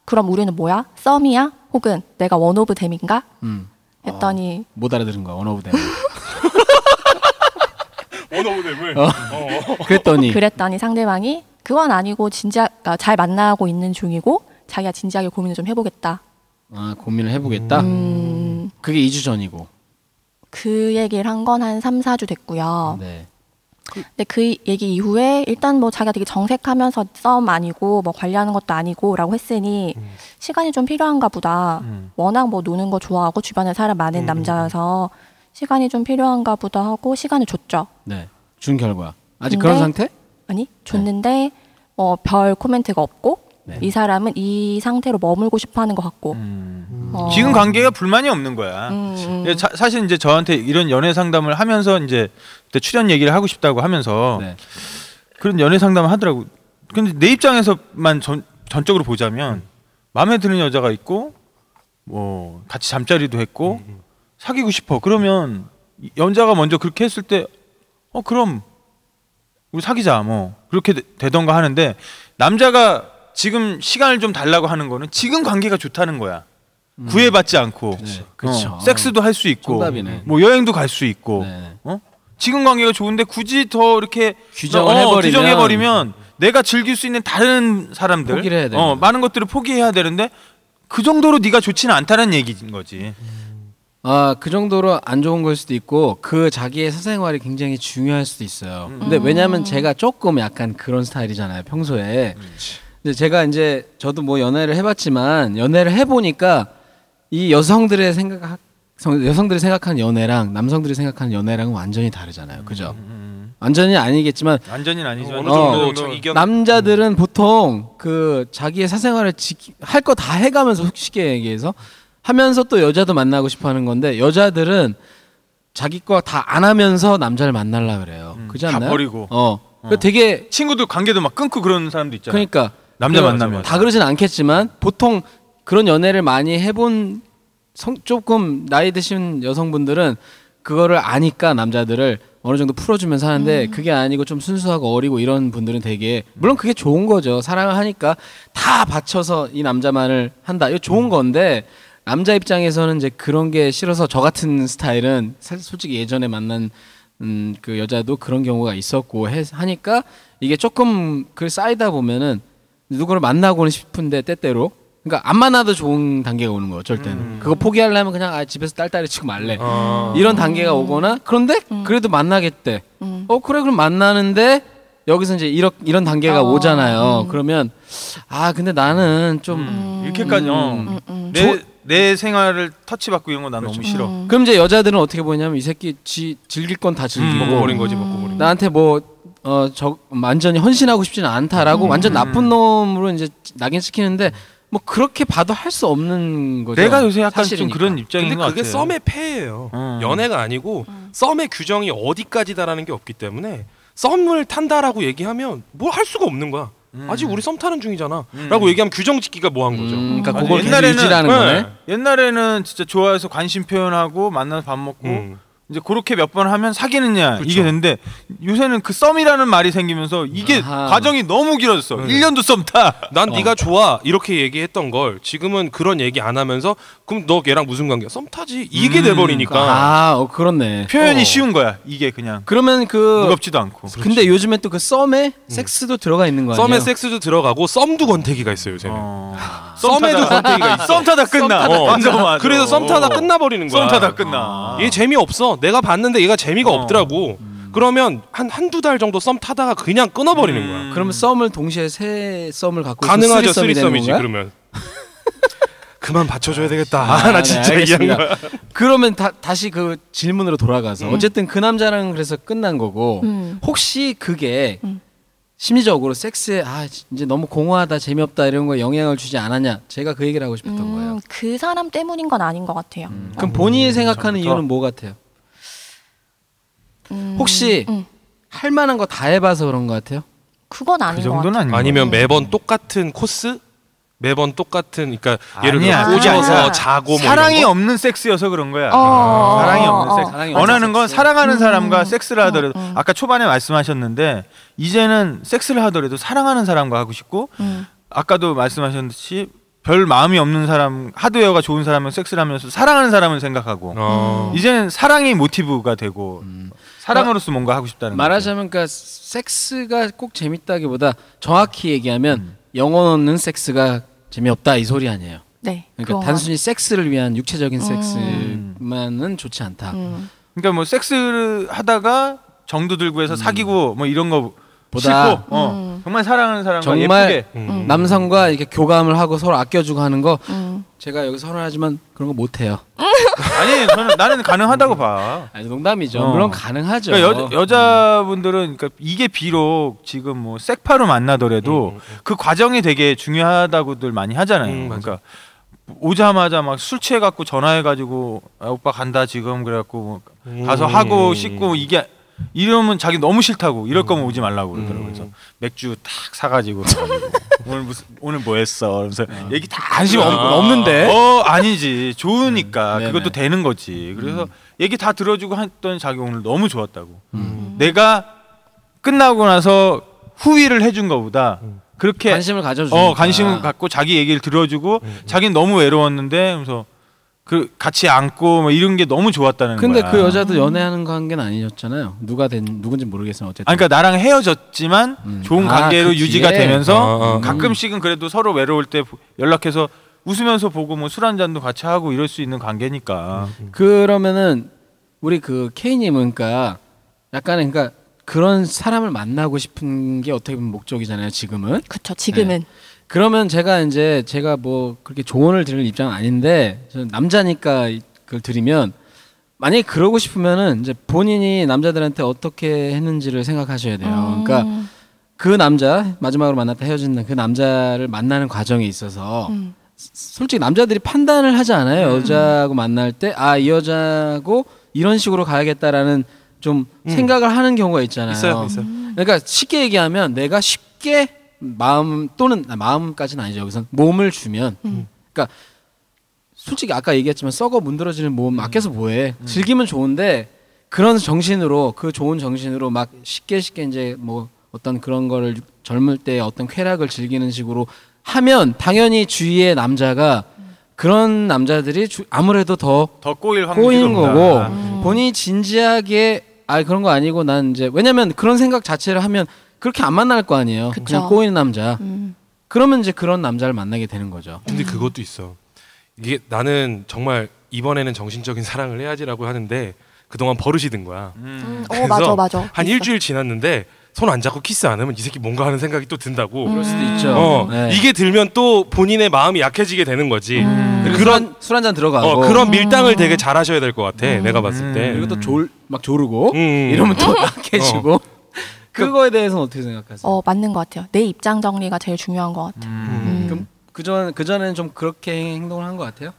S4: 그럼 우리는 뭐야? 썸이야? 혹은 내가 원 오브 댐인가?
S1: 음.
S4: 했더니
S1: 못 알아들은 거야. 원어브 대.
S6: 원어브댐을
S1: 그랬더니
S4: 그랬더니 상대방이 그건 아니고 진지하, 그러니까 잘 만나고 있는 중이고 자기가 진지하게 고민을 좀 해보겠다.
S1: 아, 고민을 해보겠다.
S4: 음,
S1: 그게 2주 전이고.
S4: 그 얘기를 한 건 한 삼 사 주 됐고요.
S1: 네.
S4: 근데 그 얘기 이후에 일단 뭐 자기가 되게 정색하면서 썸 아니고 뭐 관리하는 것도 아니고라고 했으니
S3: 음.
S4: 시간이 좀 필요한가 보다. 워낙 뭐 노는 거 좋아하고 주변에
S3: 음,
S4: 사람 많은 남자여서 시간이 좀 필요한가 보다 하고 시간을 줬죠.
S1: 네. 준 결과. 아직
S4: 근데-
S1: 그런 상태?
S4: 아니 줬는데
S3: 네.
S4: 어 별 코멘트가 없고 이 사람은 이 상태로 머물고 싶어하는 것 같고 어,
S3: 음. 지금 관계가 불만이 없는 거야.
S4: 음, 음.
S3: 예, 자- 사실 이제 저한테 이런 연애 상담을 하면서 이제 그때 출연 얘기를 하고 싶다고 하면서
S1: 네.
S3: 그런 연애 상담을 하더라고. 근데 내 입장에서만 전, 전적으로 보자면 마음에 드는 여자가 있고 뭐 같이 잠자리도
S1: 음,
S3: 했고 사귀고 싶어. 그러면 이 여자가 먼저 그렇게 했을 때 어 그럼 우리 사귀자 뭐 그렇게 되- 되던가 하는데 남자가 지금 시간을 좀 달라고 하는 거는 지금 관계가 좋다는 거야. 구애받지 않고
S1: 음. 그치.
S3: 어,
S1: 그쵸.
S3: 섹스도 할 수 있고
S1: 정답이네.
S3: 뭐 여행도 갈 수 있고
S1: 네.
S3: 어? 지금 관계가 좋은데 굳이 더 이렇게 어,
S1: 규정을 해버리면-
S3: 규정해버리면 내가 즐길 수 있는 다른 사람들
S1: 포기를 해야 되는
S3: 어,
S1: 거죠.
S3: 많은 것들을 포기해야 되는데 그 정도로 네가 좋지는 않다는 얘기인 거지.
S1: 아, 그 정도로 안 좋은 걸 수도 있고 그 자기의 사생활이 굉장히 중요할 수도 있어요. 근데 왜냐면 제가 조금 약간 그런 스타일이잖아요. 평소에. 근데 제가 이제 저도 뭐 연애를 해 봤지만 연애를 해 보니까 이 여성들의 생각 성- 여성들이 생각하는 연애랑 남성들이 생각하는 연애랑은 완전히 다르잖아요. 그죠? 완전히 아니겠지만
S3: 완전히는 아니지만
S7: 어느
S1: 어.
S7: 정도 자- 이견
S1: 남자들은 보통 그 자기의 사생활을 할 거 다 해가면서 속 쉽게 얘기해서 하면서 또 여자도 만나고 싶어하는 건데 여자들은 자기 거 다 안 하면서 남자를 만날라 그래요. 그지
S3: 음, 다
S1: 않나요?
S3: 버리고.
S1: 어. 그 되게
S3: 친구들 관계도 막 끊고 그런 사람도 있잖아.
S1: 그러니까
S3: 남자
S1: 그-
S3: 만나면.
S1: 다 그러진 않겠지만 보통 그런 연애를 많이 해본 성, 조금 나이 드신 여성분들은 그거를 아니까 남자들을 어느 정도 풀어주면서 하는데 그게 아니고 좀 순수하고 어리고 이런 분들은 되게 물론 그게 좋은 거죠 사랑을 하니까 다 바쳐서 이 남자만을 한다 이거
S3: 음.
S1: 좋은 건데 남자 입장에서는 이제 그런 게 싫어서 저 같은 스타일은 사실 솔직히 예전에 만난 음, 그 여자도 그런 경우가 있었고 해, 하니까 이게 조금 그 쌓이다 보면은 누구를 만나고는 싶은데 때때로 그러니까 안 만나도 좋은 단계가 오는 거예요 절대는 그거 포기하려면 그냥 아 집에서 딸딸이 치고 말래
S7: 어.
S1: 이런 단계가 오거나 그런데 그래도 만나겠대 어 그래 그럼 만나는데 여기서 이제 이런 이런 단계가
S4: 어,
S1: 오잖아요 그러면 아 근데 나는 좀
S3: 음, 이렇게까지 어.
S1: 음,
S3: 내, 내 생활을 터치받고 이런 거 난 너무 싫어.
S1: 그럼 이제 여자들은 어떻게 보냐면 이 새끼 지, 즐길 건 다 즐기고
S7: 음. 먹어버린 거지 먹고버린. 거.
S1: 나한테 뭐, 뭐어저 완전히 헌신하고 싶지는 않다라고
S7: 음.
S1: 완전 나쁜 놈으로 이제 낙인 시키는데 뭐 그렇게 봐도 할 수 없는 거죠.
S3: 내가 요새 약간
S1: 사실이니까.
S3: 좀 그런 입장인
S7: 근데
S3: 것 같아.
S7: 그게 썸의 폐예요.
S3: 음.
S7: 연애가 아니고 썸의 규정이 어디까지다라는 게 없기 때문에 썸을 탄다라고 얘기하면 뭘 할 수가 없는 거야.
S3: 음.
S7: 아직 우리 썸 타는 중이잖아라고 얘기하면 규정 짓기가 뭐한 거죠.
S1: 음, 그러니까
S3: 맞아.
S1: 그걸
S3: 옛날에는-
S1: 계속 유지라는
S7: 네.
S1: 거네.
S3: 옛날에는 진짜 좋아해서 관심 표현하고 만나서 밥 먹고
S7: 음.
S3: 이제 그렇게 몇 번 하면 사귀느냐 이게
S7: 그쵸.
S3: 되는데 요새는 그 썸이라는 말이 생기면서 이게
S1: 아하.
S3: 과정이 너무 길어졌어. 1년도 썸 타.
S7: 난 네가 좋아 이렇게 얘기했던 걸 지금은 그런 얘기 안 하면서 그럼 너 걔랑 무슨 관계야? 썸 타지 이게
S3: 음.
S7: 돼버리니까
S1: 아, 어, 그렇네.
S3: 표현이
S7: 어.
S3: 쉬운 거야. 이게 그냥
S1: 그러면 그
S3: 무겁지도 않고.
S1: 근데 요즘에 또 그 썸에 섹스도 들어가 있는 거 아니에요?
S7: 음. 썸에 섹스도 들어가고 썸도 권태기가 있어요 요새는.
S3: 어.
S7: 썸에도 권태기가 있어.
S3: 썸 타다 끝나.
S7: 어,
S3: 맞아, 맞아.
S7: 그래서 썸 타다 끝나버리는 거야.
S3: 썸 타다 끝나.
S7: 얘 재미없어. 내가 봤는데 얘가 재미가
S3: 아. 어.
S7: 없더라고. 그러면 한 한두 달 정도 썸 타다가 그냥 끊어버리는 거야.
S1: 그러면 썸을 동시에 세 썸을 갖고 있으면
S7: 음. 가능하죠
S1: 쓰리썸이 되는
S7: 쓰리썸이지
S1: 건가요?
S7: 그러면. 그만 받쳐줘야 되겠다.
S1: 아, 네,
S7: 나 진짜 얘기한
S1: 알겠습니다.
S7: 거야. 음.
S1: 그러면 다, 다시 그 질문으로 돌아가서 어쨌든 그 남자랑 그래서 끝난 거고
S4: 음.
S1: 혹시 그게 심리적으로 섹스에 아 이제 너무 공허하다 재미없다 이런 거에 영향을 주지 않았냐 제가 그 얘기를 하고 싶었던 거예요. 음.
S4: 음, 그 사람 때문인 건 아닌 것 같아요.
S1: 그럼
S7: 음,
S1: 본인이 생각하는 이유는 뭐 같아요?
S4: 음,
S1: 혹시
S4: 음.
S1: 할 만한 거 다 해봐서 그런 거 같아요?
S4: 그건
S3: 그
S4: 아닌 것 같아요.
S3: 정도는
S1: 음.
S3: 아닌
S7: 아니면 매번 똑같은 코스? 매번 똑같은 그러니까 예를
S3: 아니야,
S7: 들어
S4: 그게
S7: 꼬셔서
S4: 아니라
S7: 자고 뭐
S3: 사랑이
S7: 이런
S3: 없는 섹스여서 그런 거야.
S4: 어,
S3: 아. 사랑이
S4: 어, 음,
S3: 없는
S4: 어,
S3: 섹스.
S4: 어.
S1: 사랑이
S3: 원하는
S1: 없는
S3: 건
S1: 섹스.
S3: 사랑하는 사람과 섹스를 하더라도 아까 초반에 말씀하셨는데 이제는 섹스를 하더라도 사랑하는 사람과 하고 싶고
S4: 음.
S3: 아까도 말씀하셨듯이 별 마음이 없는 사람 하드웨어가 좋은 사람은 섹스를 하면서 사랑하는 사람을 생각하고
S1: 음.
S7: 거. 어.
S3: 이제는 사랑이 모티브가 되고 사랑으로서 뭔가 하고 싶다는 거죠.
S1: 말하자면 그러니까 섹스가 꼭 재밌다기보다 정확히 얘기하면
S7: 음.
S1: 영혼 없는 섹스가 재미없다 이 소리 아니에요.
S4: 네.
S1: 그러니까
S4: 그건
S1: 단순히 섹스를 위한 육체적인 섹스만은 좋지 않다.
S3: 그러니까 뭐 섹스를 하다가 정도 들고 해서 사귀고 뭐 이런 거
S1: 보다.
S3: 싫고 어,
S4: 음.
S3: 정말 사랑하는 사람과
S1: 정말
S3: 예쁘게 음.
S1: 남성과 이렇게 교감을 하고 서로 아껴주고 하는 거
S4: 음.
S1: 제가 여기 선언하지만 그런 거 못해요.
S3: 아니 저는 나는 가능하다고 봐.
S1: 아니 농담이죠.
S3: 어.
S1: 물론 가능하죠.
S3: 그러니까 여, 여자분들은 그러니까 이게 비록 지금 뭐 섹파로 만나더라도 그 과정이 되게 중요하다고들 많이 하잖아요.
S7: 음, 맞아.
S3: 그러니까 오자마자 막 술 취해 갖고 전화해 가지고 아, 오빠 간다 지금 그래 갖고 뭐
S7: 음.
S3: 가서 하고 씻고 이게 이러면 자기 너무 싫다고 이럴 거면 오지 말라고 그러더라고요.
S7: 음.
S3: 그래서 맥주 딱사 가지고 오늘 무슨 오늘 뭐 했어? 그러면서 얘기 다 관심 없,
S7: 아.
S3: 없는데. 어, 아니지. 좋으니까
S1: 네. 음, 네네. 음.
S3: 그것도 되는 거지. 그래서 얘기 다 들어주고 했더니 자기 오늘 너무 좋았다고.
S1: 음.
S3: 내가 끝나고 나서 후위를 해준 거보다 그렇게
S1: 음. 관심을 가져주니까. 음,
S3: 어 관심을 갖고 자기 얘기를 들어주고 자기는 너무 외로웠는데 그래서 그 같이 안고 뭐 이런 게 너무 좋았다는
S1: 근데
S3: 거야.
S1: 그 여자도 연애하는 관계는 아니었잖아요. 누가 된 누군지 모르겠어요. 어쨌든.
S3: 아, 그러니까 나랑 헤어졌지만
S1: 음.
S3: 좋은
S1: 아, 어,
S3: 관계로
S1: 그 뒤에?
S3: 유지가 되면서
S7: 아, 아, 아.
S3: 가끔씩은 그래도 서로 외로울 때 연락해서 웃으면서 보고 뭐 술 한 잔도 같이 하고 이럴 수 있는
S1: 음.
S3: 관계니까.
S1: 그러면은 우리 그 K님은 그러니까 약간의 그러니까 그런 사람을 만나고 싶은 게 어떻게 보면 목적이잖아요. 지금은
S4: 그쵸. 지금은
S1: 그러면 제가 이제 제가 뭐 그렇게 조언을 드릴 입장은 아닌데 저는 남자니까 그걸 드리면 만약에 그러고 싶으면은 이제 본인이 남자들한테 어떻게 했는지를 생각하셔야 돼요. 그러니까
S4: 음,
S1: 그 남자 마지막으로 만났다 헤어진 그 남자를 만나는 과정에 있어서
S4: 음.
S1: 솔직히 남자들이 판단을 하지
S7: 음.
S1: 않아요. 여자하고 만날 때 아 이 여자하고 이런 식으로 가야겠다라는 좀 생각을 하는 경우가 있잖아요.
S7: 음. 있어요, 있어요.
S1: 그러니까 쉽게 얘기하면 내가 쉽게 마음 또는 아, 마음까지는 아니죠. 여기서 몸을 주면 그러니까 솔직히 아까 얘기했지만 썩어 문드러지는
S4: 음.
S1: 몸 아껴서 뭐해 즐기면 좋은데 그런 정신으로 그 좋은 정신으로 막 쉽게 쉽게 이제 뭐 어떤 그런 거를 젊을 때 어떤 쾌락을 즐기는 식으로 하면 당연히 주위의 남자가
S4: 음.
S1: 그런 남자들이 주- 아무래도 더
S3: 더 꼬일 확률이
S1: 꼬이는
S3: 높다.
S1: 거고
S7: 음.
S1: 본인이 진지하게 아 그런 거 아니고 난 이제 왜냐면 그런 생각 자체를 하면 그렇게 안 만날 거 아니에요
S4: 그쵸.
S1: 그냥 꼬이는 남자
S4: 음.
S1: 그러면 이제 그런 남자를 만나게 되는 거죠
S7: 근데 그것도 있어. 이게 나는 정말 이번에는 정신적인 사랑을 해야지라고 하는데 그동안 버릇이 든 거야.
S4: 음. 어,
S7: 그래서
S4: 맞아, 맞아.
S7: 한
S4: 있어.
S7: 일주일 지났는데 손 안 잡고 키스 안 하면 이 새끼 뭔가 하는 생각이 또 든다고.
S1: 그럴 수도 있죠
S7: 어,
S1: 음. 네.
S7: 이게 들면 또 본인의 마음이 약해지게 되는 거지.
S1: 음. 그리고
S7: 그런
S1: 술 한 음. 잔 들어가고 네.
S7: 어,
S4: 음.
S7: 그런 밀당을 되게 잘하셔야 될 것 같아. 내가 봤을 때.
S1: 그리고 또졸막 조르고
S7: 음. 어.
S1: 이러면 또 약해지고 그거에 대해서는 어떻게 생각하세요?
S4: 어, 맞는 것 같아요. 내 입장 정리가 제일 중요한 것 같아요.
S7: 음.
S1: 그럼 그전 그전에는 좀 그렇게 행동을 한 것 같아요?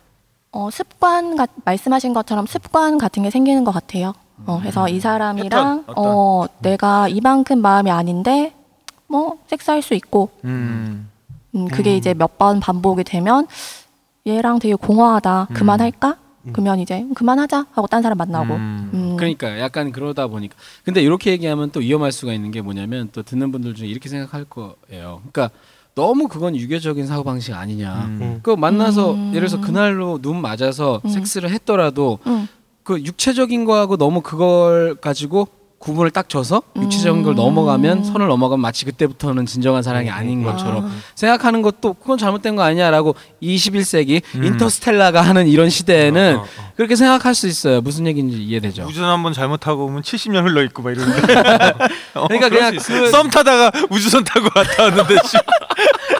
S4: 어, 습관 같, 말씀하신 것처럼 습관 같은 게 생기는 것 같아요. 어, 그래서 이
S3: 패턴,
S4: 사람이랑
S3: 어떤?
S4: 어, 내가 이만큼 마음이 아닌데 뭐 섹스할 수 있고
S3: 음.
S4: 음, 그게 이제 몇 번 반복이 되면 얘랑 되게 음, 공허하다. 그만할까? 그러면 이제 그만하자 하고 딴 사람 만나고.
S3: 음.
S4: 음,
S1: 그러니까 약간 그러다 보니까 근데 이렇게 얘기하면 또 위험할 수가 있는 게 뭐냐면 또 듣는 분들 중에 이렇게 생각할 거예요. 그러니까 너무 그건 유교적인 사고 방식 아니냐.
S3: 음.
S1: 그 만나서 예를 들어서 그날로 눈 맞아서 섹스를 했더라도
S4: 음.
S1: 그 육체적인 거하고 너무 그걸 가지고 구분을 딱 줘서 육체적인 걸 넘어가면 선을 넘어가면 마치 그때부터는 진정한
S7: 음.
S1: 사랑이 아닌 것처럼 생각하는 것도 그건 잘못된 거 아니야라고 21세기 인터스텔라가 하는 이런 시대에는
S7: 음. 어, 어, 어.
S1: 그렇게 생각할 수 있어요. 무슨 얘기인지 이해되죠.
S3: 우전 한번 잘못하고 오면 70년 흘러 있고 막 이러는데. 어,
S1: 그러니까 그냥 그-
S3: 썸 타다가 우주선 타고 갔다 왔는데 씨,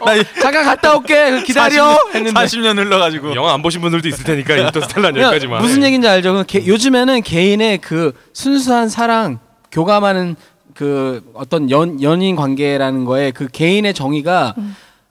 S3: 나 이-
S1: 잠깐 갔다 올게 기다려
S3: 어, 40년
S1: 했는데
S3: 40년 흘러가지고
S7: 음. 영화 안 보신 분들도 있을 테니까 인터스텔라
S1: 그냥
S7: 여기까지만. 예. 음,
S1: 무슨 얘기인지 알죠? 그 개- 요즘에는 개인의 그 순수한 사랑 교감하는 그 어떤 연 연인 관계라는 거에 그 개인의 정의가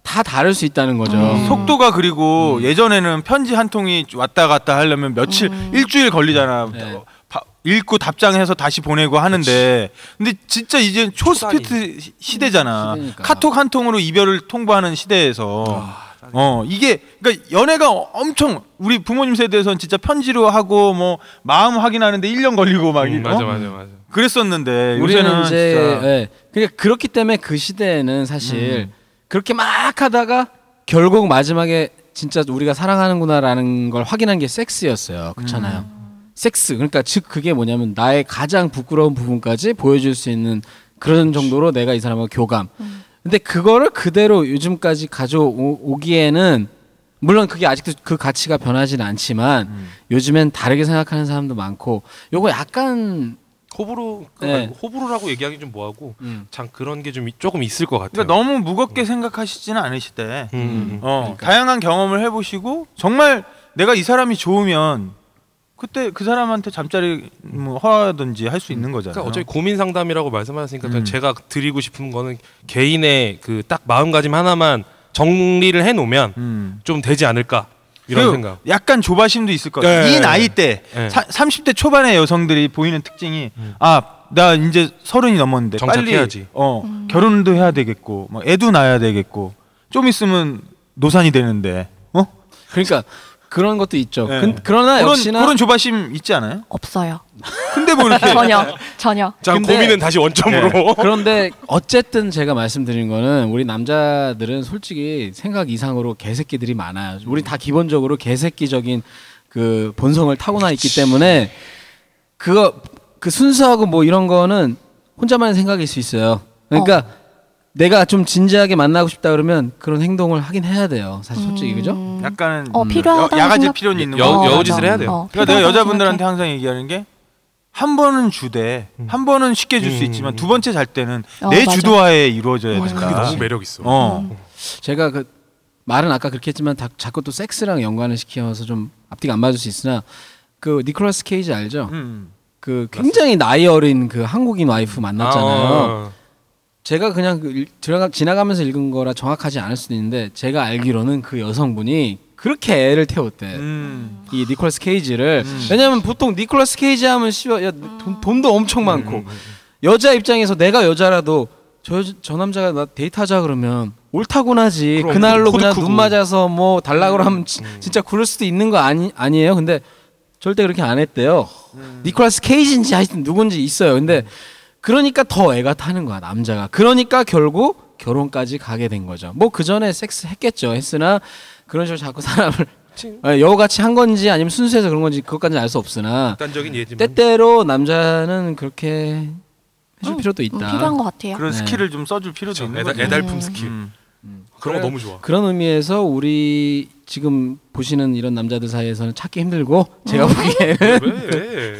S1: 다 다를 수 있다는 거죠.
S3: 음. 속도가 그리고 예전에는 편지 한 통이 왔다 갔다 하려면 며칠 일주일 걸리잖아. 어,
S1: 네.
S3: 바- 읽고 답장해서 다시 보내고 하는데 근데 진짜 이제 초스피드 시- 시대잖아.
S1: 시대니까.
S3: 카톡 한 통으로 이별을 통보하는 시대에서 어 이게 그러니까 연애가 어- 엄청 우리 부모님 세대에선 진짜 편지로 하고 뭐 마음 확인하는데 1년 걸리고 막
S7: 음,
S3: 이거
S7: 맞아 맞아 맞아.
S3: 그랬었는데
S1: 우리는
S3: 네, 요새는
S1: 이제
S3: 진짜 음.
S1: 예. 그러니까 그렇기 때문에 그 시대에는 사실 그렇게 막 하다가 결국 마지막에 진짜 우리가 사랑하는구나라는 걸 확인한 게 섹스였어요. 그렇잖아요.
S3: 음.
S1: 섹스 그러니까 즉 그게 뭐냐면 나의 가장 부끄러운 부분까지 보여줄 수 있는 그런 정도로 내가 이 사람하고 교감.
S3: 음.
S1: 근데 그거를 그대로 요즘까지 가져오기에는 물론 그게 아직도 그 가치가 변하진 않지만
S3: 음.
S1: 요즘엔 다르게 생각하는 사람도 많고 요거 약간
S7: 호불호
S1: 네.
S7: 아니, 호불호라고 얘기하기 좀 뭐하고
S1: 음.
S7: 참 그런 게 좀 조금 있을 것 같아요.
S3: 그러니까 너무 무겁게 생각하시지는 않으시대.
S7: 음, 음, 음.
S3: 어, 다양한 경험을 해보시고 정말 내가 이 사람이 좋으면 그때 그 사람한테 잠자리 뭐 허하든지 할 수 있는 거잖아요.
S7: 그러니까 어차피 고민 상담이라고 말씀하셨으니까
S3: 음.
S7: 제가 드리고 싶은 거는 개인의 그 딱 마음가짐 하나만 정리를 해놓으면
S3: 음.
S7: 좀 되지 않을까 이런
S3: 그리고
S7: 생각.
S3: 약간 조바심도 있을 것 같아요.
S7: 네.
S3: 이 나이 때
S7: 네. 음.
S3: 사, 30대 초반의 여성들이 보이는 특징이 아 나 이제 서른이 넘었는데
S7: 정착해야지.
S3: 빨리 어 결혼도 해야 되겠고 뭐 애도 낳아야 되겠고 좀 있으면 노산이 되는데 어
S1: 그러니까 그런 것도 있죠.
S3: 네.
S1: 근-
S7: 아,
S1: 그러나
S3: 그런
S1: 역시나
S3: 그런 조바심 있지 않아요?
S4: 없어요.
S3: 근데 뭐 이렇게
S4: 전혀 전혀. 음,
S7: 자
S1: 근데- 네.
S7: 고민은 다시 원점으로.
S1: 그런데 어쨌든 제가 말씀드린 거는 우리 남자들은 솔직히 생각 이상으로 개새끼들이 많아요. 우리 다 기본적으로 개새끼적인 그 본성을 타고나 있기 때문에 그거 그 순수하고 뭐 이런 거는 혼자만의 생각일 수 있어요. 그러니까 내가 좀 진지하게 만나고 싶다 그러면 그런 행동을 하긴 해야 돼요. 사실 솔직히 그죠?
S3: 약간 음.
S4: 어, 필요하다고
S3: 여- 야가지
S4: 생각-
S3: 필요는 있는
S7: 여-
S3: 거.
S4: 맞아.
S7: 여우짓을 해야 돼요.
S3: 그러니까 내가
S4: 필요하다고
S3: 여자분들한테
S4: 생각해.
S3: 항상 얘기하는 게 한 번은 주되 한 번은 쉽게 줄 수
S7: 음.
S3: 있지만 두 번째 잘 때는
S4: 어,
S3: 내
S4: 맞아. 음.
S3: 주도하에 이루어져야 된다.
S7: 그게 너무 매력 있어.
S3: 어.
S1: 제가 그 말은 아까 그렇게 했지만 다, 자꾸 또 섹스랑 연관을 시켜서 좀 앞뒤가 안 맞을 수 있으나 그 니콜라스 케이지 알죠?
S3: 음.
S1: 그 굉장히 나이 어린 그 한국인 와이프 만났잖아요.
S7: 아, 어.
S1: 제가 그냥 그 일- 들어가, 지나가면서 읽은 거라 정확하지 않을 수도 있는데 제가 알기로는 그 여성분이 그렇게 애를 태웠대.
S3: 음.
S1: 이 니콜라스 케이지를 왜냐면 보통 니콜라스 케이지 하면 씨발 야, 돈, 돈도 엄청
S7: 음,
S1: 많고 여자 입장에서 내가 여자라도 저, 여- 저 남자가 나 데이트하자 그러면 옳다고 나지
S7: 그럼,
S1: 그날로
S7: 코도
S1: 그냥
S7: 크고. 음,
S1: 눈 맞아서 뭐 달라고 하면 지- 진짜 그럴 수도 있는 거 아니 아니에요 근데 절대 그렇게 안 했대요
S7: 음.
S1: 니콜라스 케이지인지 하여튼 누군지 있어요 근데 그러니까 더 애가 타는 거야 남자가 그러니까 결국 결혼까지 가게 된 거죠 뭐 그 전에 섹스 했겠죠 했으나 그런 식으로 자꾸 사람을 예, 여우같이 한 건지 아니면 순수해서 그런 건지 그것까지는 알 수 없으나
S7: 극단적인 예지만. 뭐.
S1: 때때로 남자는 그렇게 해줄 필요도 있다.
S4: 음, 필요한 것 같아요.
S3: 그런
S1: 네.
S3: 스킬을 좀 써줄 필요도 있는
S7: 그렇죠. 애달,
S3: 거죠.
S7: 애달품 스킬
S3: 음.
S7: 그런
S1: 그래.
S7: 거 너무 좋아.
S1: 그런 의미에서 우리 지금 보시는 이런 남자들 사이에서는 찾기 힘들고
S4: 어.
S1: 제가 보기에는
S7: 왜?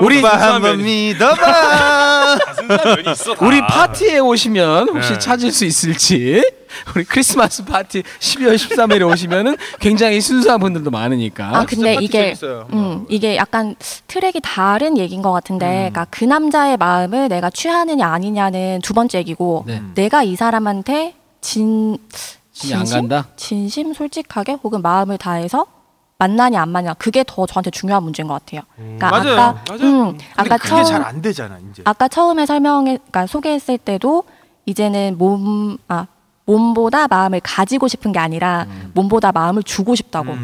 S3: 우리 한번 믿어봐.
S4: 아,
S7: 가슴사면이 있어. 다.
S1: 우리 파티에 오시면 혹시
S7: 네.
S1: 찾을 수 있을지 우리 크리스마스 파티 12월 13일에 오시면은 굉장히 순수한 분들도 많으니까
S4: 아 근데
S3: 파티
S4: 이게
S1: 뭐.
S3: 재밌어요.
S4: 음 이게 약간 트랙이 다른 얘기인 것 같은데,
S1: 음.
S4: 그러니까 그 남자의 마음을 내가 취하느냐 아니냐는 두 번째 얘기고,
S1: 네.
S4: 내가 이 사람한테 진
S1: 진이 안 간다?
S4: 진심 솔직하게 혹은 마음을 다해서 만나냐 안 만나냐 그게 더 저한테 중요한 문제인 것 같아요. 그러니까
S3: 맞아요.
S4: 아까 음,
S3: 근데
S4: 아까
S3: 그게
S4: 처음
S3: 잘 안 되잖아 이제.
S4: 아까 처음에 설명해 그러니까 소개했을 때도 이제는 몸
S1: 음.
S4: 아, 몸보다 마음을 가지고 싶은 게 아니라 몸보다 마음을 주고 싶다고.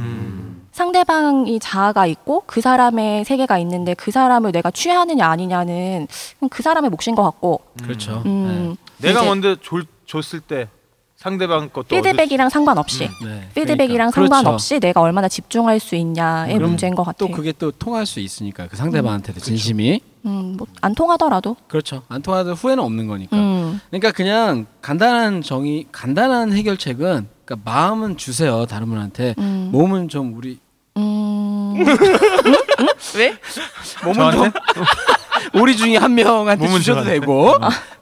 S4: 상대방이 자아가 있고 그 사람의 세계가 있는데 그 사람을 내가 취하느냐 아니냐는 그 사람의 몫인 것 같고
S1: 그렇죠.
S4: 음,
S3: 내가
S4: 이제
S3: 먼저 졸, 줬을 때 상대방 것도
S4: 피드백이랑 상관없이
S1: 네. 네.
S4: 피드백이랑
S1: 그러니까.
S4: 상관없이 내가 얼마나 집중할 수 있냐의
S1: 그럼
S4: 문제인 것
S1: 또
S4: 같아요.
S1: 그게 또 통할 수 있으니까 그 상대방한테도 진심이
S4: 음, 뭐 안 통하더라도.
S1: 그렇죠. 안 통하도 후회는 없는 거니까.
S4: 음,
S1: 그러니까 그냥 간단한 정의, 간단한 해결책은 그러니까 마음은 주세요 다른 분한테
S4: 음,
S1: 몸은 좀 우리
S4: 음,
S1: 네.
S3: 몸은 좀
S1: 우리 중에 한 명한테
S3: 몸은
S1: 주셔도
S3: 저한테.
S1: 되고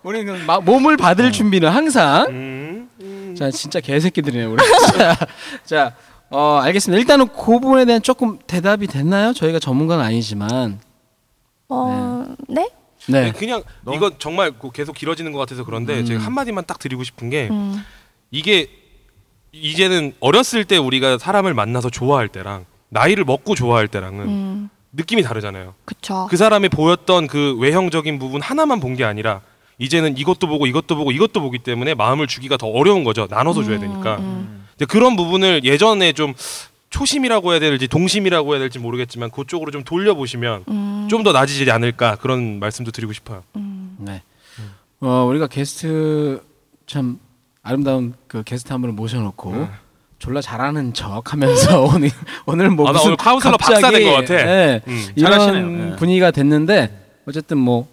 S1: 우리는 그냥 마- 몸을 받을 준비는 항상
S7: 음.
S1: 자 진짜 개새끼들이네 우리 자, 자 어, 알겠습니다 일단은 그 부분에 대한 조금 대답이 됐나요? 저희가 전문가는 아니지만
S4: 어, 네?
S1: 네
S7: 그냥
S3: 너무-
S7: 이건 정말 그 계속 길어지는 것 같아서 그런데
S1: 음.
S7: 제가 한 마디만 딱 드리고 싶은 게
S4: 음,
S7: 이게 이제는 어렸을 때 우리가 사람을 만나서 좋아할 때랑 나이를 먹고 좋아할 때랑은
S4: 음,
S7: 느낌이 다르잖아요.
S4: 그쵸.
S7: 그 사람이 보였던 그 외형적인 부분 하나만 본 게 아니라 이제는 이것도 보고 이것도 보고 이것도 보기 때문에 마음을 주기가 더 어려운 거죠. 나눠서 줘야 되니까.
S4: 음,
S7: 근데 그런 부분을 예전에 좀 초심이라고 해야 될지 동심이라고 해야 될지 모르겠지만 그쪽으로 좀 돌려보시면
S4: 음,
S7: 좀 더 나아지지 않을까 그런 말씀도 드리고 싶어요.
S4: 음,
S1: 네. 어, 우리가 게스트 참 아름다운 그 게스트 한 분을 모셔놓고
S7: 네.
S1: 졸라 잘하는 척하면서 오늘 오늘 뭐
S7: 아, 나
S1: 무슨
S7: 오늘 카운슬러
S1: 갑자기
S7: 박사 된것 같아.
S1: 예,
S7: 음,
S1: 이런
S3: 잘하시네요. 예.
S1: 분위기가 됐는데 어쨌든 뭐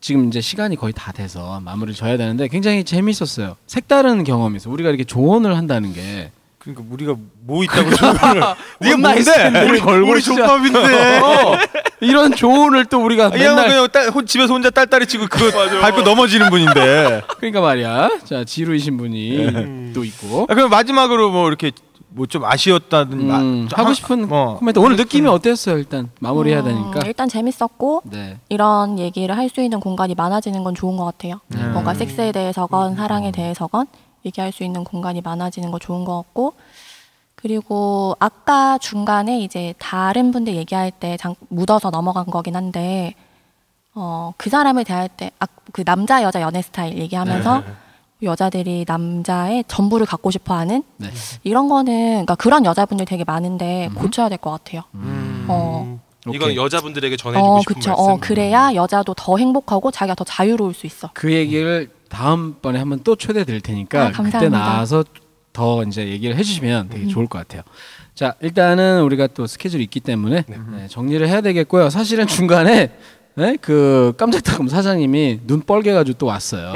S1: 지금 이제 시간이 거의 다 돼서 마무리를 져야 되는데 굉장히 재밌었어요. 색다른 경험에서 우리가 이렇게 조언을 한다는 게
S3: 그러니까 우리가 뭐 있다고 조언을 네가
S1: 온라인
S3: 뭔데?
S1: 스탠드를
S3: 우리,
S1: 뭐 걸고
S3: 우리
S1: 진짜.
S3: 족밥인데
S1: 어, 이런 조언을 또 우리가
S3: 이 양은
S1: 맨날
S3: 그냥 딸, 혼- 집에서 혼자 딸딸이 치고 그거 밟고 넘어지는 분인데
S1: 그러니까 말이야. 자 지루이신 분이
S7: 네.
S1: 또 있고
S3: 아, 그럼 마지막으로 뭐 이렇게 뭐 좀 아쉬웠다든 아,
S1: 음,
S3: 좀
S1: 하고
S3: 하-
S1: 싶은
S3: 어.
S1: 코멘트 오늘 느낌이 어땠어요 일단 마무리해야 되니까
S4: 음, 일단 재밌었고
S1: 네
S4: 이런 얘기를 할 수 있는 공간이 많아지는 건 좋은 것 같아요.
S3: 음.
S4: 뭔가 섹스에 대해서건 사랑에 대해서건 얘기할 수 있는 공간이 많아지는 거 좋은 것 같고 그리고 아까 중간에 이제 다른 분들 얘기할 때 잠- 묻어서 넘어간 거긴 한데 어, 그 사람을 대할 때 아, 그 남자 여자 연애 스타일 얘기하면서 여자들이 남자의 전부를 갖고 싶어하는
S1: 네.
S4: 이런 거는 그러니까 그런 여자분들 되게 많은데 고쳐야 될 것 같아요.
S3: 음.
S1: 음.
S4: 어.
S7: 이건
S1: 오케이.
S7: 여자분들에게 전해주고
S4: 어,
S7: 싶은
S4: 그쵸.
S7: 말씀.
S4: 어, 그래야 여자도 더 행복하고 자기가 더 자유로울 수 있어.
S1: 그 얘기를 다음번에 한번 또 초대해 드릴
S4: 아,
S1: 테니까 그때
S4: 감사합니다. 음.
S1: 나와서 더 이제 얘기를 해주시면 되게 좋을 것 같아요. 자 일단은 우리가 또 스케줄이 있기 때문에 네, 정리를 해야 되겠고요.
S4: 어.
S1: 사실은 중간에 네? 그 깜짝따금 사장님이 눈 뻘개가지고 또 왔어요.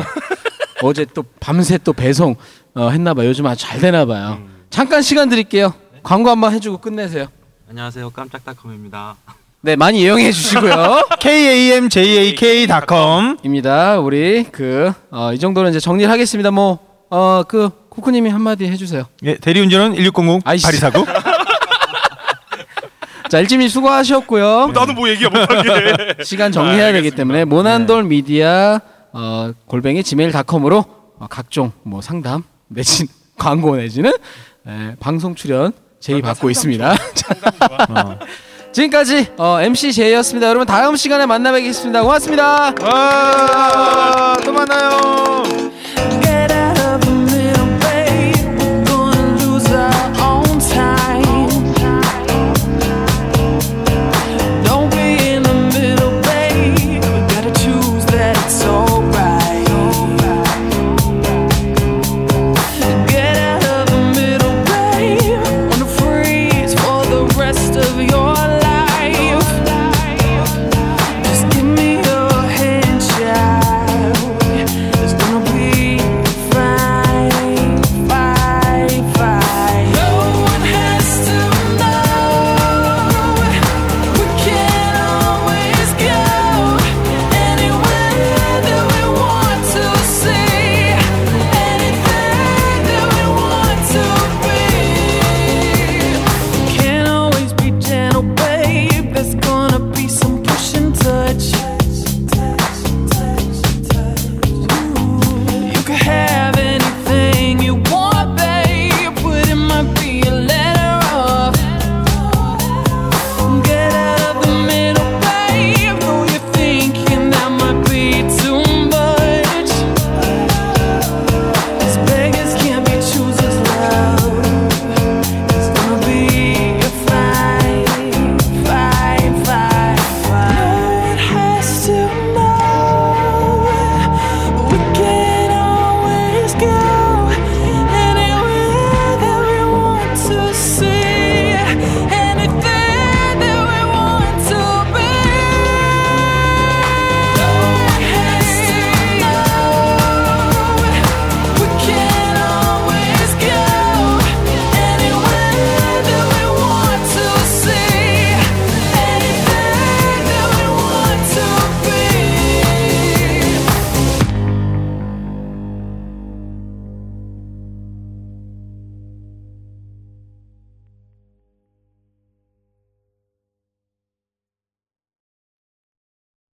S1: 어제 또 밤새 또 배송 어, 했나봐요. 요즘 아주 잘 되나봐요.
S3: 음.
S1: 잠깐 시간 드릴게요. 광고 한번 해주고 끝내세요.
S8: 안녕하세요 깜짝닷컴입니다.
S1: 네 많이 이용해 주시고요.
S3: kamjak.com
S1: 입니다. 우리 그 이 정도로 이제 정리를 하겠습니다. 뭐 어 그 쿠쿠님이 한마디 해주세요.
S3: 예, 대리운전은 1600
S1: 아이씨.
S3: 바리사구
S1: 자 일찜이 수고하셨고요.
S7: 나도 뭐 얘기야 못하게. 아, 네.
S1: 시간 정리해야 되기 때문에 모난돌 미디어 어, 골뱅이 gmail.com으로 어, 각종 뭐 상담 내진 광고 내지는 에, 방송 출연 제의
S7: 아,
S1: 받고 있습니다. 자, 지금까지 어, MC 제이였습니다. 여러분 다음 시간에 만나뵙겠습니다. 고맙습니다.
S3: 와, 또 만나요.